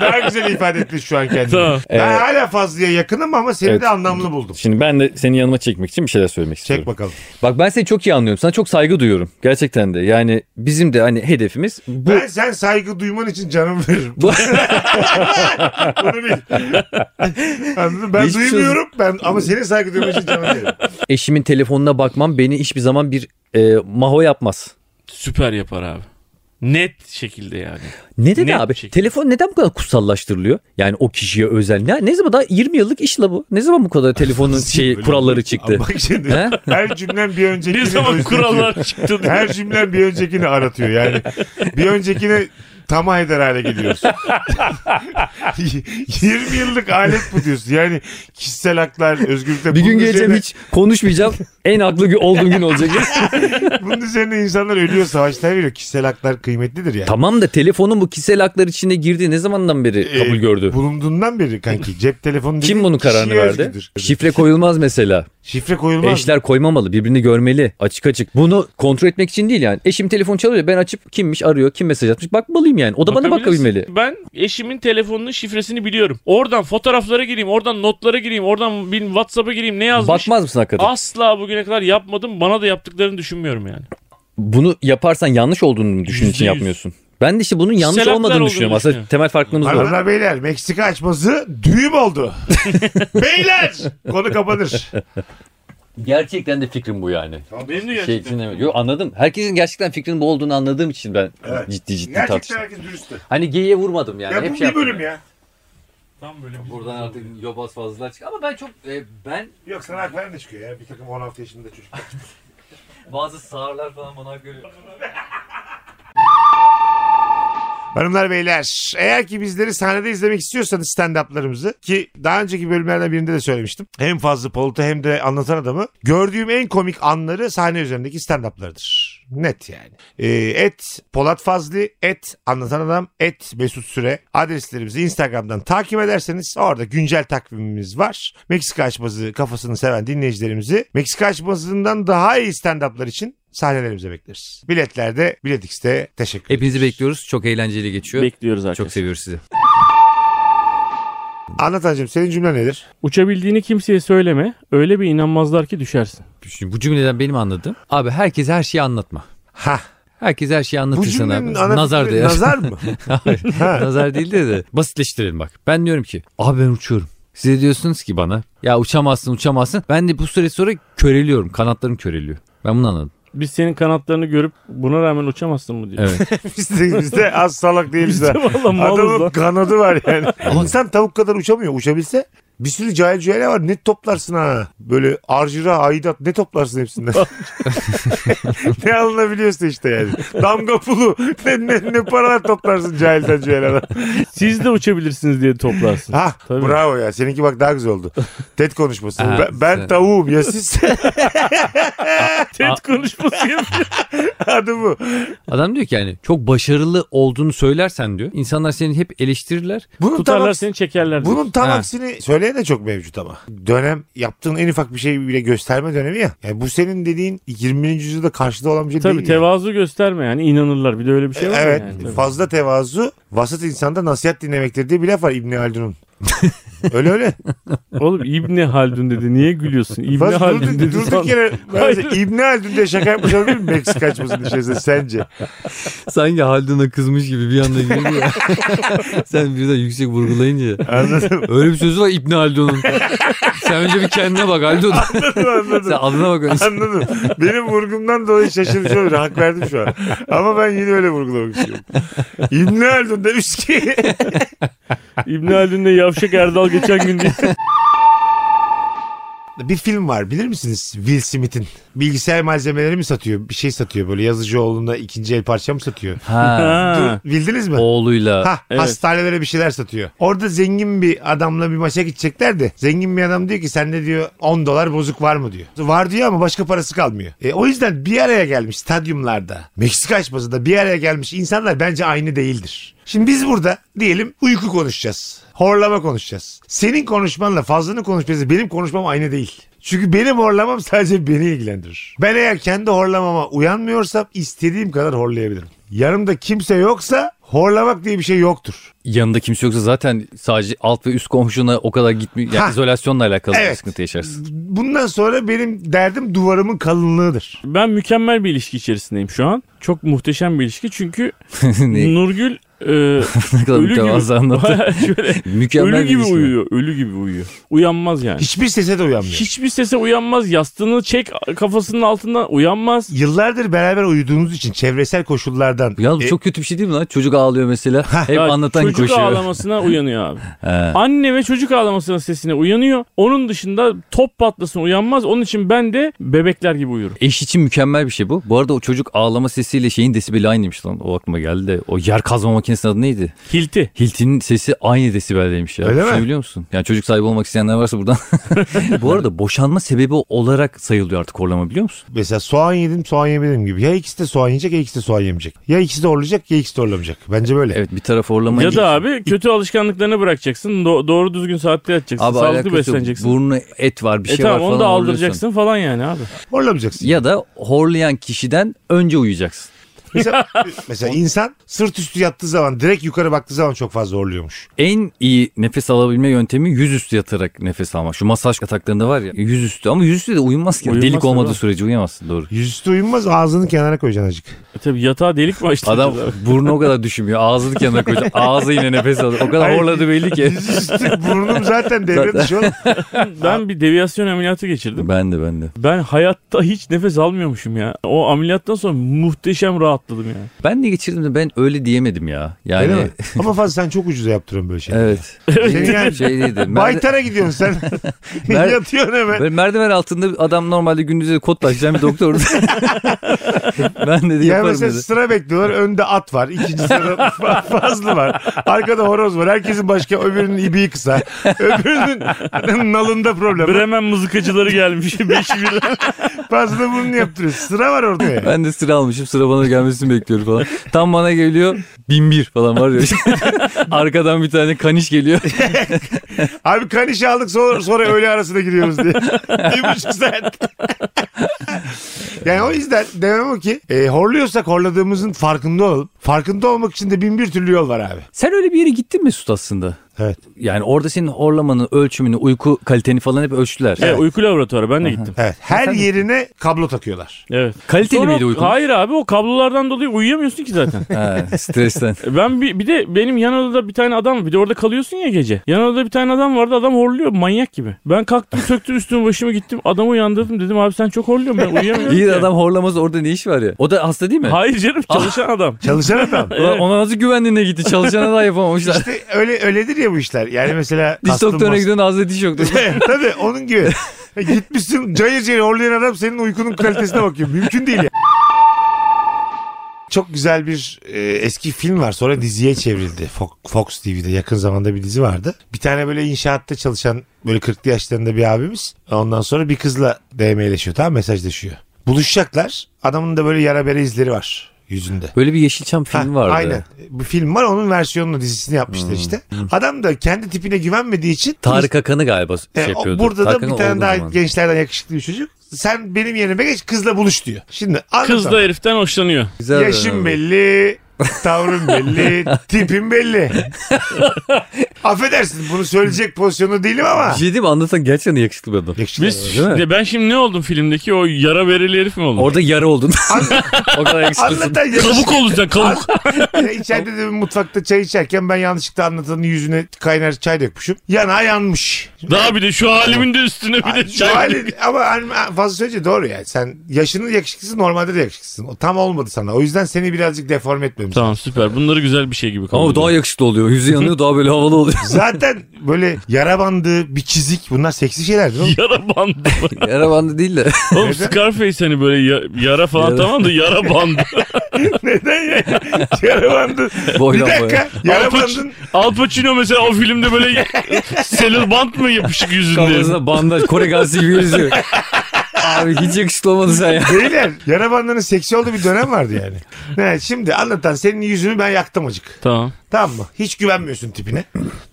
Speaker 1: Daha güzel ifade ettin şu an kendini.
Speaker 3: Tamam.
Speaker 1: Ben
Speaker 2: Evet.
Speaker 1: hala Fazlı'ya yakınım ama seni
Speaker 2: Evet.
Speaker 1: de anlamlı buldum.
Speaker 2: Şimdi ben de seni yanıma çekmek için bir şeyler söylemek istiyorum.
Speaker 1: Çek bakalım.
Speaker 2: Bak ben seni çok iyi anlıyorum. Sana çok saygı duyuyorum. Gerçekten de. Yani bizim de hani hedefimiz bu.
Speaker 1: Ben sen saygı duyman için canımı veririm.
Speaker 2: Bu-
Speaker 1: Bunu bil. Anladın mı? Ben
Speaker 2: Hiçbir şey-
Speaker 1: duymuyorum. Ben, ama senin saygı duyman için canımı veririm.
Speaker 2: Eşimin telefonuna bakmam beni hiçbir zaman bir e, maho yapmaz.
Speaker 3: Süper yapar abi. Net şekilde yani.
Speaker 2: Neden
Speaker 3: Net
Speaker 2: abi?
Speaker 3: bir şekilde.
Speaker 2: Telefon neden bu kadar kutsallaştırılıyor? Yani o kişiye özel. Ne, ne zaman daha 20 yıllık işle bu. Ne zaman bu kadar telefonun şey kuralları çıktı?
Speaker 1: Bak şimdi
Speaker 2: He?
Speaker 1: her cümlem bir öncekini
Speaker 3: Ne zaman
Speaker 1: özletiyor.
Speaker 3: kurallar çıktı diye.
Speaker 1: Her cümlem bir öncekini aratıyor yani. Bir öncekini tam haydar hale geliyoruz. 20 yıllık alet bu diyorsun. Yani kişisel haklar, özgürlükler.
Speaker 2: Bir
Speaker 1: Bunun
Speaker 2: gün geleceğim
Speaker 1: üzerine-
Speaker 2: hiç konuşmayacağım. En haklı gü- olduğum gün olacak.
Speaker 1: Bunun üzerine insanlar ölüyor, savaşlar veriyor. Kişisel haklar kıymetlidir yani.
Speaker 2: tamam da telefonun bu kişisel haklar içine girdiği ne zamandan beri
Speaker 1: Ee,
Speaker 2: kabul gördü?
Speaker 1: Bulunduğundan beri kanki cep telefonu
Speaker 2: Kim
Speaker 1: dediğin
Speaker 2: bunun kararını
Speaker 1: kişiye
Speaker 2: verdi?
Speaker 1: özgüdür.
Speaker 2: Şifre koyulmaz mesela.
Speaker 1: Şifre koyulmaz.
Speaker 2: Eşler koymamalı. Birbirini görmeli. Açık açık. Bunu kontrol etmek için değil yani. Eşim telefon çalıyor. Ben açıp kimmiş arıyor. Kim mesaj atmış. Bakmalıyım yani. O da bana
Speaker 3: Bakabilirsin.
Speaker 2: bakabilmeli.
Speaker 3: Ben eşimin telefonunun şifresini biliyorum. Oradan fotoğraflara gireyim, oradan notlara gireyim, oradan bin WhatsApp'a gireyim ne yazmış.
Speaker 2: Bakmaz mısın hakikaten?
Speaker 3: Asla bugüne kadar yapmadım. Bana da yaptıklarını düşünmüyorum yani.
Speaker 2: Bunu yaparsan yanlış olduğunu düşündüğün
Speaker 3: Yüzde
Speaker 2: için
Speaker 3: yüz.
Speaker 2: yapmıyorsun. Ben de işte bunun yanlış
Speaker 3: Kişisel haklar
Speaker 2: olmadığını
Speaker 3: olduğunu
Speaker 2: düşünüyorum. Aslında
Speaker 3: düşünüyorum.
Speaker 2: temel farklılığımız bu.
Speaker 1: Hanımlar beyler Meksika açması düğüm oldu. beyler konu kapanır.
Speaker 2: Gerçekten de fikrim bu yani.
Speaker 3: Benim de
Speaker 2: Şey için demek- Yo, anladım. Herkesin gerçekten fikrinin bu olduğunu anladığım için ben
Speaker 1: Evet.
Speaker 2: ciddi ciddi
Speaker 1: Gerçekten
Speaker 2: tartıştım.
Speaker 1: herkes dürüsttü.
Speaker 2: Hani geyiğe vurmadım yani.
Speaker 1: Ya
Speaker 2: Hep
Speaker 1: bu
Speaker 2: şey
Speaker 1: bir bölüm
Speaker 2: yapmadım.
Speaker 1: ya.
Speaker 3: Tam böyle
Speaker 2: Buradan artık yobaz fazlalar çıkıyor. Ama ben çok e, ben
Speaker 1: Yok sana hak veren de çıkıyor ya. Bir takım 16 yaşında çocuk.
Speaker 2: bazı sağırlar falan bana görüyor.
Speaker 1: Hanımlar beyler eğer ki bizleri sahnede izlemek istiyorsanız stand-up'larımızı ki daha önceki bölümlerden birinde de söylemiştim. Hem Fazlı Polat'ı hem de Anlatan Adam'ı gördüğüm en komik anları sahne üzerindeki stand-up'larıdır. Net yani. Ee, et Polat Fazlı, et Anlatan Adam, et Mesut Süre adreslerimizi Instagram'dan takip ederseniz orada güncel takvimimiz var. Meksika açmazı kafasını seven dinleyicilerimizi Meksika açmazından daha iyi stand-up'lar için sahnelerimize bekleriz. Biletlerde Bilet X'te teşekkür ederiz.
Speaker 2: Hepinizi bekliyoruz. Çok eğlenceli geçiyor.
Speaker 3: Bekliyoruz artık.
Speaker 2: çok seviyoruz sizi.
Speaker 1: Anlatancığım senin cümle nedir?
Speaker 4: Uçabildiğini kimseye söyleme. Öyle bir inanmazlar ki düşersin.
Speaker 2: Şimdi bu cümleden benim anladığım. Abi herkese her şeyi anlatma.
Speaker 1: Ha.
Speaker 2: Herkes her şeyi
Speaker 1: Bu
Speaker 2: anlatırsan abi.
Speaker 1: cümlenin ana
Speaker 2: Nazar
Speaker 1: fikri
Speaker 2: değer.
Speaker 1: Nazar mı?
Speaker 2: Hayır, nazar değil de, de basitleştirelim bak. Ben diyorum ki abi ben uçuyorum. Size diyorsunuz ki bana ya uçamazsın uçamazsın. Ben de bu süre sonra köreliyorum. Kanatlarım köreliyor. Ben bunu anladım.
Speaker 4: Biz senin kanatlarını görüp buna rağmen uçamazsın mı diyor.
Speaker 2: Evet.
Speaker 1: biz, de, biz de az salak değiliz de.
Speaker 4: Valla malız
Speaker 1: Adamın
Speaker 4: lan.
Speaker 1: kanadı var yani. İnsan tavuk kadar uçamıyor. Uçabilse bir sürü cahil cahile var. Ne toplarsın ha? Böyle arjira, aidat ne toplarsın hepsinden? ne alınabiliyorsa işte yani. Damga pulu. Ne, ne, ne paralar toplarsın cahilden cahile.
Speaker 4: Siz de uçabilirsiniz diye toplarsın.
Speaker 1: Ha
Speaker 4: Tabii.
Speaker 1: bravo ya. Seninki bak daha güzel oldu. TED konuşması.
Speaker 2: Ha,
Speaker 1: ben, ben
Speaker 2: sen-
Speaker 1: tavuğum ya siz.
Speaker 4: TED konuşması yapıyor.
Speaker 1: Adı bu.
Speaker 2: Adam diyor ki yani çok başarılı olduğunu söylersen diyor. İnsanlar seni hep eleştirirler.
Speaker 1: Bunun
Speaker 4: Tutarlar
Speaker 1: tamam-
Speaker 4: seni çekerler. diyor.
Speaker 1: Bunun tam
Speaker 2: Ha.
Speaker 1: aksini söyleyen de çok mevcut ama. Dönem yaptığın en ufak bir şey bile gösterme dönemi ya. Yani bu senin dediğin 20. yüzyılda karşılığı olan bir şey
Speaker 4: Tabii
Speaker 1: değil.
Speaker 4: tevazu gösterme yani inanırlar. Bir de öyle bir şey
Speaker 1: yani.
Speaker 4: var
Speaker 1: Evet
Speaker 4: yani. Tabii.
Speaker 1: fazla tevazu vasat insanda nasihat dinlemektir diye bir laf var İbni Haldun'un. öyle öyle.
Speaker 4: Oğlum İbni Haldun dedi. Niye gülüyorsun? İbni
Speaker 1: Fazla
Speaker 4: Haldun
Speaker 1: durduk,
Speaker 4: dedi.
Speaker 1: durduk yere ben
Speaker 4: Hayır.
Speaker 1: mesela İbni Haldun diye şaka yapmış olabilir mi Meksika açmasının içerisinde sence?
Speaker 2: Sanki Haldun'a kızmış gibi bir anda gülüyor. Sen birden yüksek vurgulayınca.
Speaker 1: Anladın mı?
Speaker 2: Öyle bir sözü var İbni Haldun'un. Sen önce bir kendine bak Haldun. Sen
Speaker 1: Anladım.
Speaker 2: adına bak önce.
Speaker 1: Anladım. Benim vurgumdan dolayı şaşırmış olabilir. Hak verdim şu an. Ama ben yine öyle vurgulamak istiyorum. İbni Haldun demiş ki
Speaker 4: İbni Haldun'la Yavşak Erdal geçen gün diye.
Speaker 1: Bir film var bilir misiniz Will Smith'in? Bilgisayar malzemeleri mi satıyor? Bir şey satıyor böyle yazıcı oğlunda ikinci el parça mı satıyor?
Speaker 2: Ha,
Speaker 4: Ha.
Speaker 1: Bildiniz mi?
Speaker 2: oğluyla.
Speaker 1: Ha,
Speaker 4: evet.
Speaker 1: hastanelere bir şeyler satıyor. Orada zengin bir adamla bir maça gidecekler de zengin bir adam diyor ki sende diyor 10 dolar bozuk var mı diyor. Var diyor ama başka parası kalmıyor. E, o yüzden bir araya gelmiş stadyumlarda Meksika açmasında bir araya gelmiş insanlar bence aynı değildir. Şimdi biz burada diyelim uyku konuşacağız. Horlama konuşacağız. Senin konuşmanla fazlanın konuşması benim konuşmam aynı değil. Çünkü benim horlamam sadece beni ilgilendirir. Ben eğer kendi horlamama uyanmıyorsam istediğim kadar horlayabilirim. Yanımda kimse yoksa horlamak diye bir şey yoktur.
Speaker 2: Yanında kimse yoksa zaten sadece alt ve üst komşuna o kadar gitmiyor. Yani
Speaker 1: Ha.
Speaker 2: izolasyonla alakalı bir
Speaker 1: Evet.
Speaker 2: sıkıntı yaşarsın.
Speaker 1: Bundan sonra benim derdim duvarımın kalınlığıdır.
Speaker 4: Ben mükemmel bir ilişki içerisindeyim şu an. Çok muhteşem bir ilişki çünkü
Speaker 2: ne,
Speaker 4: Nurgül e,
Speaker 2: ne kadar
Speaker 4: ölü
Speaker 2: mütevazı
Speaker 4: gibi.
Speaker 2: anlattı.
Speaker 4: Şöyle,
Speaker 2: Mükemmel
Speaker 4: ölü
Speaker 2: bir
Speaker 4: gibi
Speaker 2: ilişki.
Speaker 4: uyuyor. Ölü gibi uyuyor. Uyanmaz yani.
Speaker 1: Hiçbir sese de uyanmıyor.
Speaker 4: Hiçbir sese uyanmaz. Yastığını çek kafasının altından uyanmaz.
Speaker 1: Yıllardır beraber uyuduğunuz için çevresel koşullardan.
Speaker 2: Yalnız bu
Speaker 1: E,
Speaker 2: çok kötü bir şey değil mi lan? Çocuk ağlıyor mesela. Hep
Speaker 4: Ya
Speaker 2: anlatan
Speaker 4: çocuk
Speaker 2: koşuyor.
Speaker 4: ağlamasına uyanıyor abi.
Speaker 2: He.
Speaker 4: Anne ve çocuk ağlamasının sesine uyanıyor. Onun dışında top patlasın uyanmaz. Onun için ben de bebekler gibi uyurum.
Speaker 2: Eş için mükemmel bir şey bu. Bu arada o çocuk ağlama sesiyle şeyin desibeli aynıymış lan. O aklıma geldi de. O yer kazma makinesinin adı neydi?
Speaker 3: Hilti.
Speaker 2: Hilti'nin sesi aynı desibeldeymiş ya.
Speaker 1: Öyle mi?
Speaker 2: Düşünebiliyor musun? Yani çocuk sahibi olmak isteyenler varsa buradan. Bu arada boşanma sebebi olarak sayılıyor artık horlama biliyor musun?
Speaker 1: Mesela soğan yedim soğan yemedim gibi. Ya ikisi de soğan yiyecek ya ikisi de soğan yemeyecek. Ya ikisi de horlayacak ya ikisi de horlamayacak. Bence böyle.
Speaker 2: Evet bir taraf horlama.
Speaker 3: Ya da abi kötü alışkanlıklarını bırakacaksın. Do- doğru düzgün saatte yatacaksın.
Speaker 2: Abi
Speaker 3: sağlıklı
Speaker 2: alakası yok.
Speaker 3: besleneceksin.
Speaker 2: Burnu et var bir
Speaker 3: e
Speaker 2: şey var
Speaker 3: tamam
Speaker 2: falan.
Speaker 3: onu da
Speaker 2: horluyorsun.
Speaker 3: aldıracaksın falan yani abi.
Speaker 1: Horlamayacaksın.
Speaker 2: Ya da horlayan kişiden önce uyuyacaksın.
Speaker 1: Mesela, mesela insan sırt üstü yattığı zaman direkt yukarı baktığı zaman çok fazla horluyormuş.
Speaker 2: En iyi nefes alabilme yöntemi yüzüstü yatarak nefes almak. Şu masaj yataklarında var ya yüzüstü ama yüzüstü de uyumaz ki.
Speaker 3: Uyumaz
Speaker 2: Delik
Speaker 3: tabii.
Speaker 2: olmadığı sürece uyuyamazsın doğru.
Speaker 1: Yüzüstü uyumaz ağzını kenara koyacaksın azıcık.
Speaker 3: E tabii yatağa delik mi açtın?
Speaker 2: Adam burnu o kadar düşmüyor. Ağzını kenara koyacak. Ağzı yine nefes alıyor. O kadar
Speaker 1: Ay,
Speaker 2: horladı belli ki.
Speaker 1: Yüzüstü burnum zaten devre dışı oğlum.
Speaker 3: ben bir deviyasyon ameliyatı geçirdim.
Speaker 2: Ben de ben de.
Speaker 3: Ben hayatta hiç nefes almıyormuşum ya. O ameliyattan sonra muhteşem rahatladım ya.
Speaker 2: Ben de geçirdim de ben öyle diyemedim ya.
Speaker 1: Öyle
Speaker 2: Yani
Speaker 1: mi? Ama fazla sen çok ucuza yaptırıyorsun böyle şeyleri.
Speaker 2: evet.
Speaker 1: Senin yani
Speaker 2: Şey değildi. Merde-
Speaker 1: Baytara gidiyorsun sen.
Speaker 2: Mer-
Speaker 1: Yatıyorsun hemen.
Speaker 2: Böyle merdiven altında adam normalde gündüzde kot taşıyan bir doktor. ben dedi
Speaker 1: Ya
Speaker 2: yaparım
Speaker 1: mesela
Speaker 2: dedi.
Speaker 1: sıra bekliyorlar. Önde at var. ikinci sırada fa- fazla var. Arkada horoz var. Herkesin başka öbürünün ibiği kısa. Öbürünün nalında problem. var.
Speaker 3: Bremen mızıkacıları gelmiş. Beşi bir.
Speaker 1: Fazla bunu yaptırıyor. Sıra var orada ya.
Speaker 2: Ben de sıra almışım sıra bana gelmesini bekliyorum falan. Tam bana geliyor 1001 falan var ya. Arkadan bir tane kaniş geliyor.
Speaker 1: Abi kanişi aldık sonra, sonra öğle arasına gidiyoruz diye. Bir buçuk saat. yani o yüzden demem o ki e, horluyorsak horladığımızın farkında olalım. Farkında olmak için de bin bir türlü yol var abi.
Speaker 2: Sen öyle bir yere gittin Mesut aslında.
Speaker 1: Evet.
Speaker 2: Yani orada senin horlamanı, ölçümünü, uyku kaliteni falan hep ölçtüler.
Speaker 3: E, uyku laboratuvarı ben de gittim.
Speaker 1: Evet. Her yerine kablo takıyorlar.
Speaker 3: Evet.
Speaker 2: Kaliteli
Speaker 3: Sonra-
Speaker 2: miydi uykun?
Speaker 3: Hayır abi o kablolardan dolayı uyuyamıyorsun ki zaten.
Speaker 2: Ha, stresten.
Speaker 3: Ben bir, bir de benim yan odada bir tane adam bir de orada kalıyorsun ya gece. Yan odada bir tane adam vardı adam horluyor manyak gibi. Ben kalktım söktüm üstümü başımı gittim adamı uyandırdım dedim abi sen çok horluyorsun ben uyuyamıyorum.
Speaker 2: İyi de
Speaker 3: ki."
Speaker 2: adam Ah. horlamaz orada ne iş var ya? O da hasta değil mi?
Speaker 3: Hayır canım çalışan adam.
Speaker 1: Çalışan adam.
Speaker 2: Ulan ona nasıl güvenliğine gitti? Çalışana da yapamamışlar.
Speaker 1: İşte öyle öyledir ya bu işler. Yani mesela
Speaker 2: Diş
Speaker 1: kastım
Speaker 2: doktoruna
Speaker 1: bas-
Speaker 2: gidiyorsun ağzına diş yok.
Speaker 1: Tabii onun gibi. E, Gitmişsin cayır cayır horlayan adam senin uykunun kalitesine bakıyor. Mümkün değil ya. Çok güzel bir e, eski film var. Sonra diziye çevrildi. Fo- Fox TV'de yakın zamanda bir dizi vardı. Bir tane böyle inşaatta çalışan böyle 40'lı yaşlarında bir abimiz. Ondan sonra bir kızla DM'leşiyor tamam mı? mesajlaşıyor. Buluşacaklar. Adamın da böyle yara bere izleri var yüzünde.
Speaker 2: Böyle bir Yeşilçam filmi
Speaker 1: Ha,
Speaker 2: vardı. Hmm.
Speaker 1: Aynen. Bu film var onun versiyonunu dizisini yapmışlar işte. Adam da kendi tipine güvenmediği için
Speaker 2: Tarık Akan'ı galiba şey
Speaker 1: e, o-
Speaker 2: yapıyordu.
Speaker 1: burada
Speaker 2: Tarık
Speaker 1: da bir
Speaker 2: Akan
Speaker 1: tane
Speaker 2: olduğu
Speaker 1: daha
Speaker 2: zaman.
Speaker 1: gençlerden yakışıklı bir çocuk. Sen benim yerime geç kızla buluş diyor. Şimdi
Speaker 3: Kız da
Speaker 1: anlatamam.
Speaker 3: heriften hoşlanıyor.
Speaker 2: Güzel bir adam.
Speaker 1: yaşım belli, tavrım belli, tipim belli. Affedersin bunu söyleyecek pozisyonda değilim ama.
Speaker 2: Bir şey diyeyim mi? Anlatan gerçekten yakışıklı bir adam.
Speaker 1: Yakışıklı adam.
Speaker 3: Biz
Speaker 2: Değil mi?
Speaker 3: de ben şimdi ne oldum filmdeki o yara verili herif mi oldum?
Speaker 2: Orada yara oldun. o kadar yakışıklısın.
Speaker 1: Anlatan yakışıklı.
Speaker 3: Kavuk oldun sen kavuk.
Speaker 1: Ya İçeride de bir mutfakta çay içerken ben yanlışlıkla anlatanın yüzüne kaynar çay dökmüşüm. Yanağı yanmış.
Speaker 3: Daha bir de şu halimin de üstüne bir de şey-
Speaker 1: Ay, şu
Speaker 3: çay.
Speaker 1: hali- ama hani fazla söyleyince doğru yani. Sen yaşının yakışıklısın normalde de yakışıklısın. O tam olmadı sana. O yüzden seni birazcık deform etmemiz.
Speaker 3: Tamam süper bunları güzel bir şey gibi kabul
Speaker 2: Ama
Speaker 3: ediyorum.
Speaker 2: daha yakışıklı oluyor. Yüzü yanıyor daha böyle havalı oluyor.
Speaker 1: Zaten böyle yara bandı, bir çizik bunlar seksi şeyler değil mi?
Speaker 3: Yara bandı.
Speaker 2: yara bandı değil de.
Speaker 3: Oğlum Scarface hani böyle ya- yara falan
Speaker 2: Yara.
Speaker 3: tamam da yara bandı.
Speaker 1: Neden ya? Yara bandı. bir
Speaker 2: Boydan
Speaker 1: dakika. Yara
Speaker 3: Al Pac-
Speaker 1: bandın.
Speaker 3: Al Pacino mesela o filmde böyle selül bant mı yapışık yüzünde?
Speaker 2: Kafasında bandaj. Kore gazisi gibi yüzüyor. Abi hiç yakışıklı olmadı sen ya.
Speaker 1: Beyler yara bandının seksi olduğu bir dönem vardı yani. Ne, şimdi anlatan senin yüzünü ben yaktım acık.
Speaker 3: Tamam.
Speaker 1: Tamam mı? Hiç güvenmiyorsun tipine.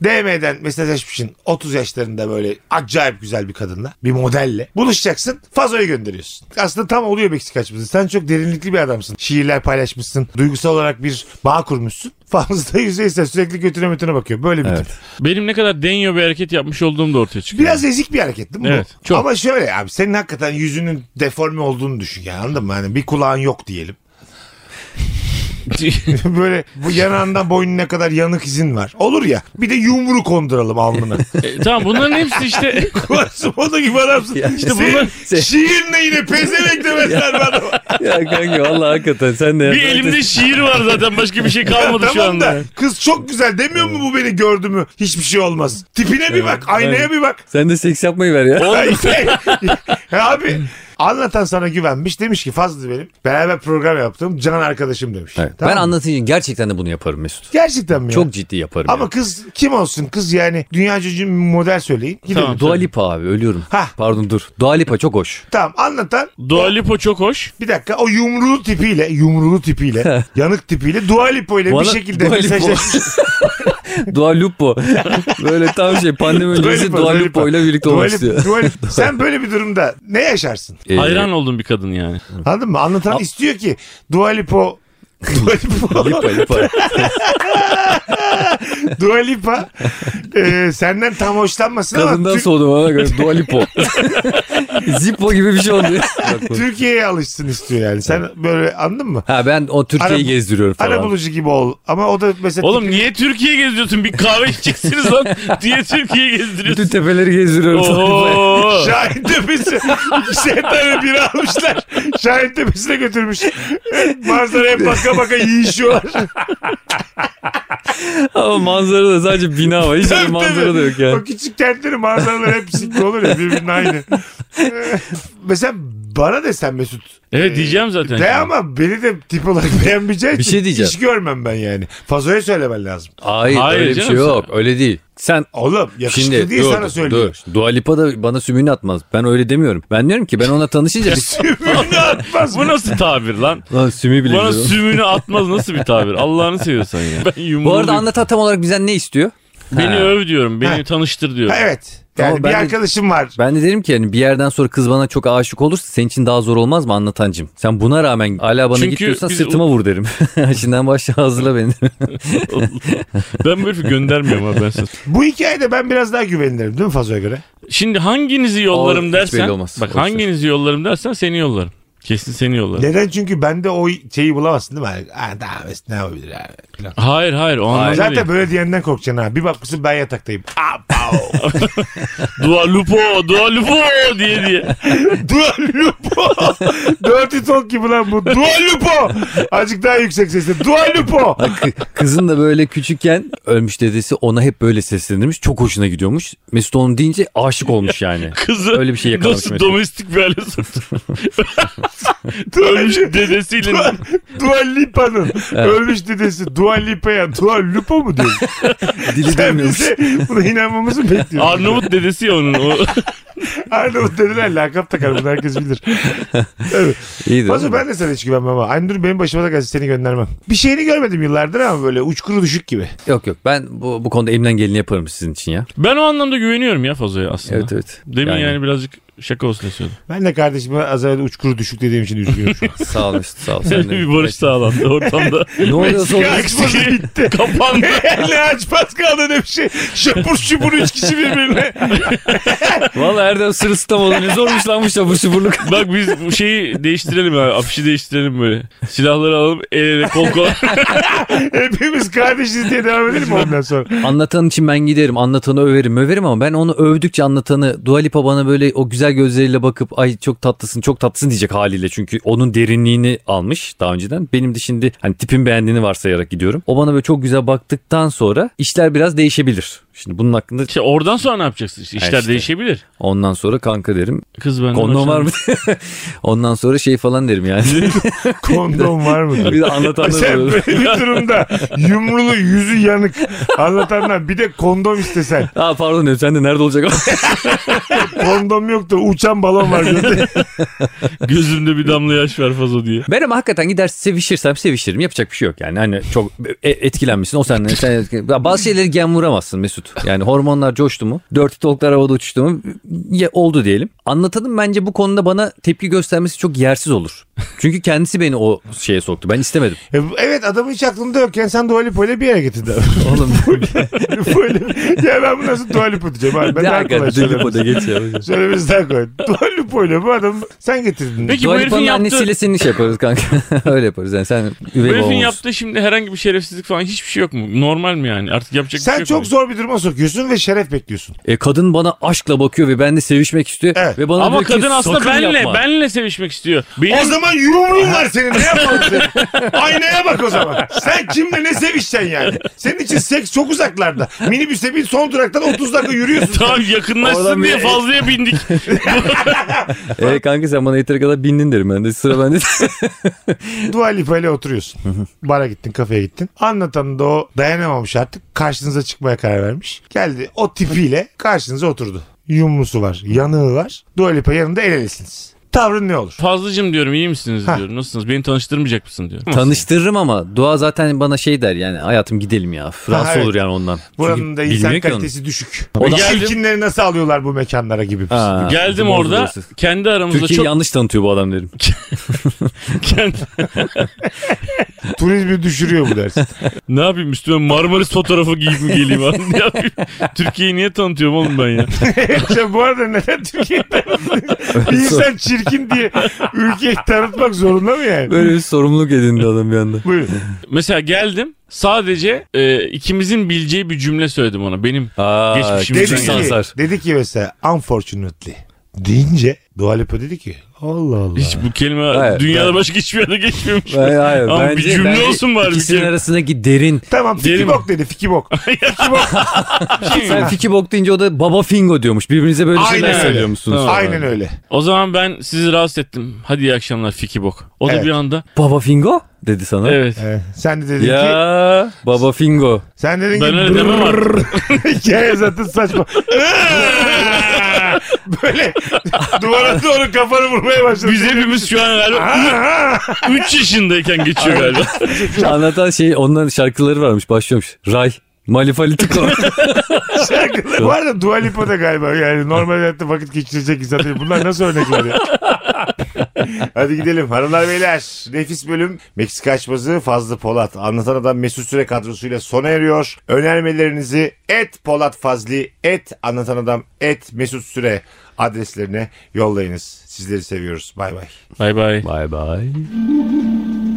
Speaker 1: DM'den mesajlaşmışsın 30 yaşlarında böyle acayip güzel bir kadınla. Bir modelle. Buluşacaksın. Fazoyu gönderiyorsun. Aslında tam oluyor Meksika açması. Sen çok derinlikli bir adamsın. Şiirler paylaşmışsın. Duygusal olarak bir bağ kurmuşsun. Fazla yüzeyse sürekli götüne mötüne bakıyor. Böyle bir
Speaker 2: Evet.
Speaker 1: tip.
Speaker 3: Benim ne kadar denyo bir hareket yapmış olduğum da ortaya çıkıyor.
Speaker 1: Biraz ezik bir hareket değil mi
Speaker 3: Evet,
Speaker 1: bu?
Speaker 3: çok.
Speaker 1: Ama şöyle abi senin hakikaten yüzünün deforme olduğunu düşün yani anladın mı? Yani bir kulağın yok diyelim. Böyle bu yanağından boynuna kadar yanık izin var. Olur ya bir de yumru konduralım alnına.
Speaker 3: E, tamam bunların hepsi işte
Speaker 1: Kuvasım o da gibi adamsın. işte
Speaker 3: bunlar-
Speaker 1: Şiirle yine pezevenk demezler bu adama.
Speaker 2: Ya kanka vallahi hakikaten sen de.
Speaker 3: bir elimde şiir var zaten başka bir şey kalmadı şu
Speaker 1: Tamam
Speaker 3: anda.
Speaker 1: da kız çok güzel demiyor mu bu beni gördü mü? Hiçbir şey olmaz. Tipine bir bak, aynaya bir bak.
Speaker 2: Sen de seks yapmayı ver ya.
Speaker 1: Ya abi Anlatan sana güvenmiş. Demiş ki Fazlı benim. Beraber program yaptım. Can arkadaşım demiş.
Speaker 2: Evet.
Speaker 1: Tamam
Speaker 2: ben
Speaker 1: mı?
Speaker 2: anlatıcıyım gerçekten de bunu yaparım Mesut.
Speaker 1: Gerçekten mi? ya?
Speaker 2: Çok ciddi yaparım.
Speaker 1: Ama
Speaker 2: yani.
Speaker 1: kız kim olsun? Kız yani dünya cücü bir model söyleyin. Gidelim.
Speaker 3: Tamam.
Speaker 1: Tamam.
Speaker 2: Dua Lipa abi ölüyorum.
Speaker 1: Hah.
Speaker 2: Pardon dur. Dua Lipa çok hoş.
Speaker 1: anlatan
Speaker 3: Dua Lipa çok hoş.
Speaker 1: bir dakika o yumruğu tipiyle yumruğu tipiyle yanık tipiyle Dua Lipo ile bir
Speaker 2: Bana-
Speaker 1: şekilde
Speaker 2: Dua Lipo.
Speaker 1: mesajlaşmış.
Speaker 2: Dua Lupo. Böyle tam şey pandemi öncesi Dua Lupo ile birlikte
Speaker 1: Dua
Speaker 2: olmak
Speaker 1: Lipo,
Speaker 2: istiyor.
Speaker 1: Dua Lipo. Sen böyle bir durumda ne yaşarsın?
Speaker 2: Ee,
Speaker 3: Hayran oldum bir kadın yani.
Speaker 1: Anladın mı? Anlatan istiyor ki Dua Lipo Dua Lipo,
Speaker 2: Lipa Lipa.
Speaker 1: Dua Lipa e, senden tam hoşlanmasın ama
Speaker 2: Kadından
Speaker 1: Tür-
Speaker 2: soğudum ona göre. Dua Lipo. Zippo gibi bir şey oldu.
Speaker 1: Türkiye'ye alışsın istiyor yani. Sen böyle anladın mı?
Speaker 2: ha ben o Türkiye'yi
Speaker 1: Ara-
Speaker 2: gezdiriyorum falan.
Speaker 1: Ara bulucu gibi ol. Ama o da mesela
Speaker 3: Oğlum niye Türkiye geziyorsun? Bir kahve içeceksiniz lan. Niye Türkiye
Speaker 2: Bütün
Speaker 3: gezdiriyorsun?
Speaker 2: tepeleri gezdiriyorum.
Speaker 3: Oho.
Speaker 1: Şahin Tepesi. Şey tabii biri almışlar. Şahin Tepesi'ne götürmüş. Manzaraya baka baka yiyişiyorlar.
Speaker 2: Ama manzara da sadece bina var. Hiç öyle
Speaker 1: Tabii,
Speaker 2: manzara
Speaker 1: tabii.
Speaker 2: da yok yani.
Speaker 1: O küçük kentlerin manzaraları hep sikli olur ya birbirine aynı. Ee, Mesela bana desen Mesut. Ee,
Speaker 3: Evet diyeceğim zaten.
Speaker 1: De ama beni de tip olarak beğenmeyeceği
Speaker 2: Bir
Speaker 1: için
Speaker 2: şey diyeceğim.
Speaker 1: hiç görmem ben yani. Fazoya söylemen lazım.
Speaker 2: Hayır,
Speaker 3: Hayır
Speaker 2: öyle bir şey
Speaker 3: canım sen-
Speaker 2: yok. Öyle değil. Sen
Speaker 1: Oğlum yakışıklı
Speaker 2: Şimdi
Speaker 1: diye
Speaker 2: dur,
Speaker 1: sana söylüyorum.
Speaker 2: dur. Dua Lipa da bana sümüğünü atmaz. Ben öyle demiyorum. Ben diyorum ki ben ona tanışınca bir
Speaker 1: Ümrünü atmaz
Speaker 3: Bu
Speaker 1: mı?
Speaker 3: nasıl tabir lan?
Speaker 2: Lan sümüğü bile
Speaker 3: Bana
Speaker 2: diyorum.
Speaker 3: sümünü atmaz nasıl bir tabir? Allah'ını seviyorsan ya. Ben yumruğu
Speaker 2: Bu arada anlatan tam olarak bizden ne istiyor?
Speaker 3: Beni
Speaker 2: Ha.
Speaker 3: öv diyorum. Beni
Speaker 1: Ha.
Speaker 3: tanıştır diyorum.
Speaker 1: Evet. Yani
Speaker 2: Tamam,
Speaker 1: bir
Speaker 2: ben de-
Speaker 1: arkadaşım var.
Speaker 2: Ben de derim ki yani bir yerden sonra kız bana çok aşık olursa senin için daha zor olmaz mı anlatancım? Sen buna rağmen hala bana
Speaker 3: Çünkü
Speaker 2: git diyorsan
Speaker 3: biz-
Speaker 2: sırtıma vur derim. Şimdiden başla hazırla beni.
Speaker 3: Ben böyle bir göndermiyorum abi ben sana.
Speaker 1: Bu hikayede ben biraz daha güvenilirim değil mi Fazo'ya göre?
Speaker 3: Şimdi hanginizi yollarım
Speaker 2: O hiç
Speaker 3: dersen.
Speaker 2: belli olmaz.
Speaker 3: Bak
Speaker 2: Boş ver.
Speaker 3: hanginizi yollarım dersen seni yollarım. Kesin seni yollarım.
Speaker 1: Neden? Çünkü bende o şeyi bulamazsın değil mi? Yani, "Aa, daha bes- ne yapabilir abi? Falan.
Speaker 3: Hayır hayır o anlamda
Speaker 1: Zaten
Speaker 3: değil.
Speaker 1: böyle diyenden korkacaksın ha. Bir bakmışsın ben yataktayım. Apav.
Speaker 3: Dua lupo, dua lupo diye diye.
Speaker 1: Dua Lupo. Dirty Talk gibi lan bu. Dua Lupo. Azıcık daha yüksek sesle. Dua Lupo.
Speaker 2: Kızın da böyle küçükken ölmüş dedesi ona hep böyle seslenirmiş. Çok hoşuna gidiyormuş. Mesut onu deyince aşık olmuş yani.
Speaker 3: Kızı
Speaker 2: Öyle bir şey yakalamış
Speaker 3: nasıl
Speaker 2: Mesut.
Speaker 3: domestik bir hale soktu.
Speaker 1: Dua,
Speaker 3: Ölmüş dedesiyle.
Speaker 1: Dua, Dua Lipa'nın ölmüş dedesi Dua Lipa'ya Dua Lupo mu diyor?
Speaker 2: Dili
Speaker 1: Sen
Speaker 2: dönmüyormuş.
Speaker 1: bize buna inanmamızı mı bekliyorsun?
Speaker 3: Arnavut dedesi ya onun. O,
Speaker 1: Arnavut dediler lakap takar bunu herkes bilir. evet.
Speaker 2: İyi de.
Speaker 1: Fazla ben de sana hiç güvenmem ama. Aynı durum benim başıma da gelse seni göndermem. Bir şeyini görmedim yıllardır ama böyle uçkuru düşük gibi.
Speaker 2: Yok yok ben bu, bu konuda elimden geleni yaparım sizin için ya.
Speaker 3: ben o anlamda güveniyorum ya Fazo'ya aslında.
Speaker 2: Evet evet.
Speaker 3: Demin yani. birazcık şaka olsun istiyordum.
Speaker 1: Ben de kardeşime az evvel uçkuru düşük dediğim için üzgünüm şu an.
Speaker 2: Sağ ol Mesut sağ ol. Sen
Speaker 3: Senin
Speaker 2: de-
Speaker 3: bir barış sağlandı ortamda.
Speaker 2: Ne oluyorsa
Speaker 1: Ya
Speaker 2: oluyor.
Speaker 1: açması bitti.
Speaker 3: Kapandı.
Speaker 1: ne açmaz kaldı ne bir şey. Şapur şupur üç kişi birbirine.
Speaker 2: Valla Erdem sırılsıklam oldu. Ne zormuş lan bu şabur şuburluk.
Speaker 3: Bak biz bu şeyi değiştirelim ya. Afişi değiştirelim böyle. Silahları alalım el ele kol kola.
Speaker 1: Hepimiz kardeşiz diye devam edelim mi ondan sonra?
Speaker 2: Anlatan için ben giderim. Anlatanı överim överim ama ben onu övdükçe anlatanı Dua Lipa bana böyle o güzel gözleriyle bakıp ay çok tatlısın çok tatlısın diyecek haliyle. Çünkü onun derinliğini almış daha önceden. Benim de şimdi hani tipim beğendiğini varsayarak gidiyorum. O bana böyle çok güzel baktıktan sonra işler biraz değişebilir. Şimdi bunun hakkında
Speaker 3: İşte oradan sonra ne yapacaksın? İşte
Speaker 2: Ha
Speaker 3: işler
Speaker 2: işte.
Speaker 3: değişebilir.
Speaker 2: ondan sonra kanka derim.
Speaker 3: Kız benden
Speaker 2: Kondom var mı?
Speaker 3: hoşlanmıyor.
Speaker 2: ondan sonra şey falan derim yani.
Speaker 1: Kondom var mı?
Speaker 2: bir de anlatanlar
Speaker 1: Sen
Speaker 2: olur.
Speaker 1: böyle bir durumda yumrulu yüzü yanık anlatandan bir de kondom istesen.
Speaker 2: Ha pardon dedim, sen de nerede olacak?
Speaker 1: Kondom yoktu uçan balon var. gözde.
Speaker 3: Gözümde bir damla yaş var Fazo diye.
Speaker 2: Ben ama hakikaten gider sevişirsem sevişirim. Yapacak bir şey yok yani. Hani çok e- etkilenmişsin. O senden sen etkilen- Ya Bazı şeyleri gen vuramazsın Mesut. Yani hormonlar coştu mu? Dirty Talk'lar havada uçtu mu? Ya oldu diyelim. Anlatanın bence bu konuda bana tepki göstermesi çok yersiz olur. Çünkü kendisi beni o şeye soktu. Ben istemedim.
Speaker 1: E, evet adamın hiç aklında yokken sen Dua Lipa'yla bir yere getirdin.
Speaker 2: Oğlum
Speaker 1: Dua Lipa- ya ben bu nasıl Dua Lipa diyeceğim abi. Ben
Speaker 2: ne
Speaker 1: daha kolay
Speaker 2: hakikaten Dua
Speaker 1: söylerim.
Speaker 2: Lipa'da geç ya.
Speaker 1: Söylemesi daha kolay. Dua Lipa'yla bu adam sen getirdin.
Speaker 3: Peki
Speaker 2: Dua
Speaker 3: bu herifin
Speaker 2: Lipa'nın
Speaker 3: yaptığı...
Speaker 2: annesiyle senin iş yaparız kanka. Öyle yaparız yani. Sen
Speaker 3: Bu
Speaker 2: üvey
Speaker 3: herifin
Speaker 2: babamız.
Speaker 3: yaptığı şimdi herhangi bir şerefsizlik falan hiçbir şey yok mu? Normal mi yani? Artık yapacak bir şey
Speaker 1: Sen
Speaker 3: yok
Speaker 1: çok
Speaker 3: mu?
Speaker 1: zor bir duruma bunalıma sokuyorsun ve şeref bekliyorsun.
Speaker 2: E, kadın bana aşkla bakıyor ve benimle sevişmek istiyor.
Speaker 1: Evet.
Speaker 2: Ve bana
Speaker 3: Ama
Speaker 2: diyor ki,
Speaker 3: kadın aslında
Speaker 2: "Sakın
Speaker 3: benle,
Speaker 2: yapma."
Speaker 3: benle sevişmek istiyor. Benim
Speaker 1: O zaman yumruğun var senin. Ne yapalım seni? Aynaya bak o zaman. Sen kimle ne sevişeceksin yani? Senin için seks çok uzaklarda. Minibüse bin son duraktan 30 dakika yürüyorsun.
Speaker 3: Tamam yakınlaşsın
Speaker 2: Oradan
Speaker 3: diye
Speaker 2: bir-
Speaker 3: fazlaya bindik.
Speaker 2: E, kanka sen bana yeteri kadar bindin derim ben de. Sıra bende.
Speaker 1: Dua Lipa ile oturuyorsun. Bara gittin kafeye gittin. Anlatan da o dayanamamış artık. Karşınıza çıkmaya karar vermiş. Geldi o tipiyle karşınıza oturdu. Yumrusu var. Yanığı var. Dua Lipa yanında el elesiniz. Tavrın ne olur?
Speaker 3: Fazlıcım diyorum iyi misiniz
Speaker 1: Ha.
Speaker 3: diyorum. Nasılsınız? Beni tanıştırmayacak mısın diyorum.
Speaker 2: Tanıştırırım ama Doğa zaten bana şey der yani hayatım gidelim ya. Rahatsız
Speaker 1: evet.
Speaker 2: olur yani ondan.
Speaker 1: Buranın
Speaker 2: Çünkü
Speaker 1: da
Speaker 2: bilmiyor
Speaker 1: insan
Speaker 2: ki onu.
Speaker 1: kalitesi düşük.
Speaker 2: O da-
Speaker 1: Çirkinleri nasıl alıyorlar bu mekanlara gibi.
Speaker 2: Ha,
Speaker 3: Geldim
Speaker 2: bozdu
Speaker 3: orada
Speaker 2: orası.
Speaker 3: kendi aramızda
Speaker 2: Türkiye'yi
Speaker 3: çok
Speaker 2: yanlış tanıtıyor bu adam derim.
Speaker 3: kendi...
Speaker 1: Turizmi düşürüyor bu dersin.
Speaker 3: ne yapayım üstüme Marmaris fotoğrafı giyip mi geleyim abi? ne yapayım? Türkiye'yi niye tanıtıyorum oğlum ben ya?
Speaker 1: İşte bu arada neden Türkiye'de bir insan çirkin diye ülkeyi tanıtmak zorunda mı yani?
Speaker 2: Böyle bir sorumluluk edindi adam bir anda.
Speaker 1: Buyurun.
Speaker 3: Mesela geldim sadece e, ikimizin bileceği bir cümle söyledim ona. Benim
Speaker 2: Aa,
Speaker 3: Geçmişim
Speaker 1: Dedi
Speaker 3: Dedi
Speaker 1: ki,
Speaker 2: sansar.
Speaker 1: dedi ki mesela unfortunately deyince Dua Lipa dedi ki Allah Allah.
Speaker 3: hiç bu kelime
Speaker 2: Hayır,
Speaker 3: dünyada
Speaker 2: ben-
Speaker 3: başka hiçbir yerde geçmemiş.
Speaker 2: Hayır, hayır,
Speaker 3: Ama bir
Speaker 2: bence-
Speaker 3: cümle
Speaker 2: bence
Speaker 3: olsun bari bir
Speaker 2: İkisinin
Speaker 3: kere.
Speaker 2: arasındaki derin.
Speaker 1: Tamam fiki
Speaker 3: Derim.
Speaker 1: bok dedi fiki bok. fiki bok.
Speaker 2: Sen fiki bok deyince o da baba fingo diyormuş. Birbirinize böyle
Speaker 1: Aynen
Speaker 2: şeyler
Speaker 1: öyle.
Speaker 2: söylüyor musunuz?
Speaker 3: Tamam.
Speaker 1: şey Aynen öyle.
Speaker 3: O zaman ben sizi rahatsız ettim. Hadi iyi akşamlar Fiki Bok. O da
Speaker 1: Evet.
Speaker 3: bir anda
Speaker 2: Baba fingo dedi sana.
Speaker 3: evet.
Speaker 1: Ee, sen de dedin ki
Speaker 2: Ya baba fingo.
Speaker 1: sen dedin
Speaker 3: Ben
Speaker 1: ki
Speaker 3: öyle demem artık.
Speaker 1: hikaye zaten saçma. Böyle duvara doğru kafanı vurmaya başladı.
Speaker 3: Biz hepimiz şu an galiba 3 yaşındayken geçiyor galiba.
Speaker 2: Anlatan şey onların şarkıları varmış başlıyormuş. Ray. Malifalitiko.
Speaker 1: Şarkılar. Bu arada Dua Lipa da galiba yani normal hayatta vakit geçirecek insan değil. Bunlar nasıl örnekler ya? Hadi gidelim hanımlar beyler. Nefis bölüm Meksika açmazı Fazlı Polat. Anlatan adam Mesut Süre kadrosuyla sona eriyor. Önermelerinizi et Polat Fazli, et anlatan adam, et Mesut Süre adreslerine yollayınız. Sizleri seviyoruz. Bay bay.
Speaker 3: Bay bay.
Speaker 2: bye bye.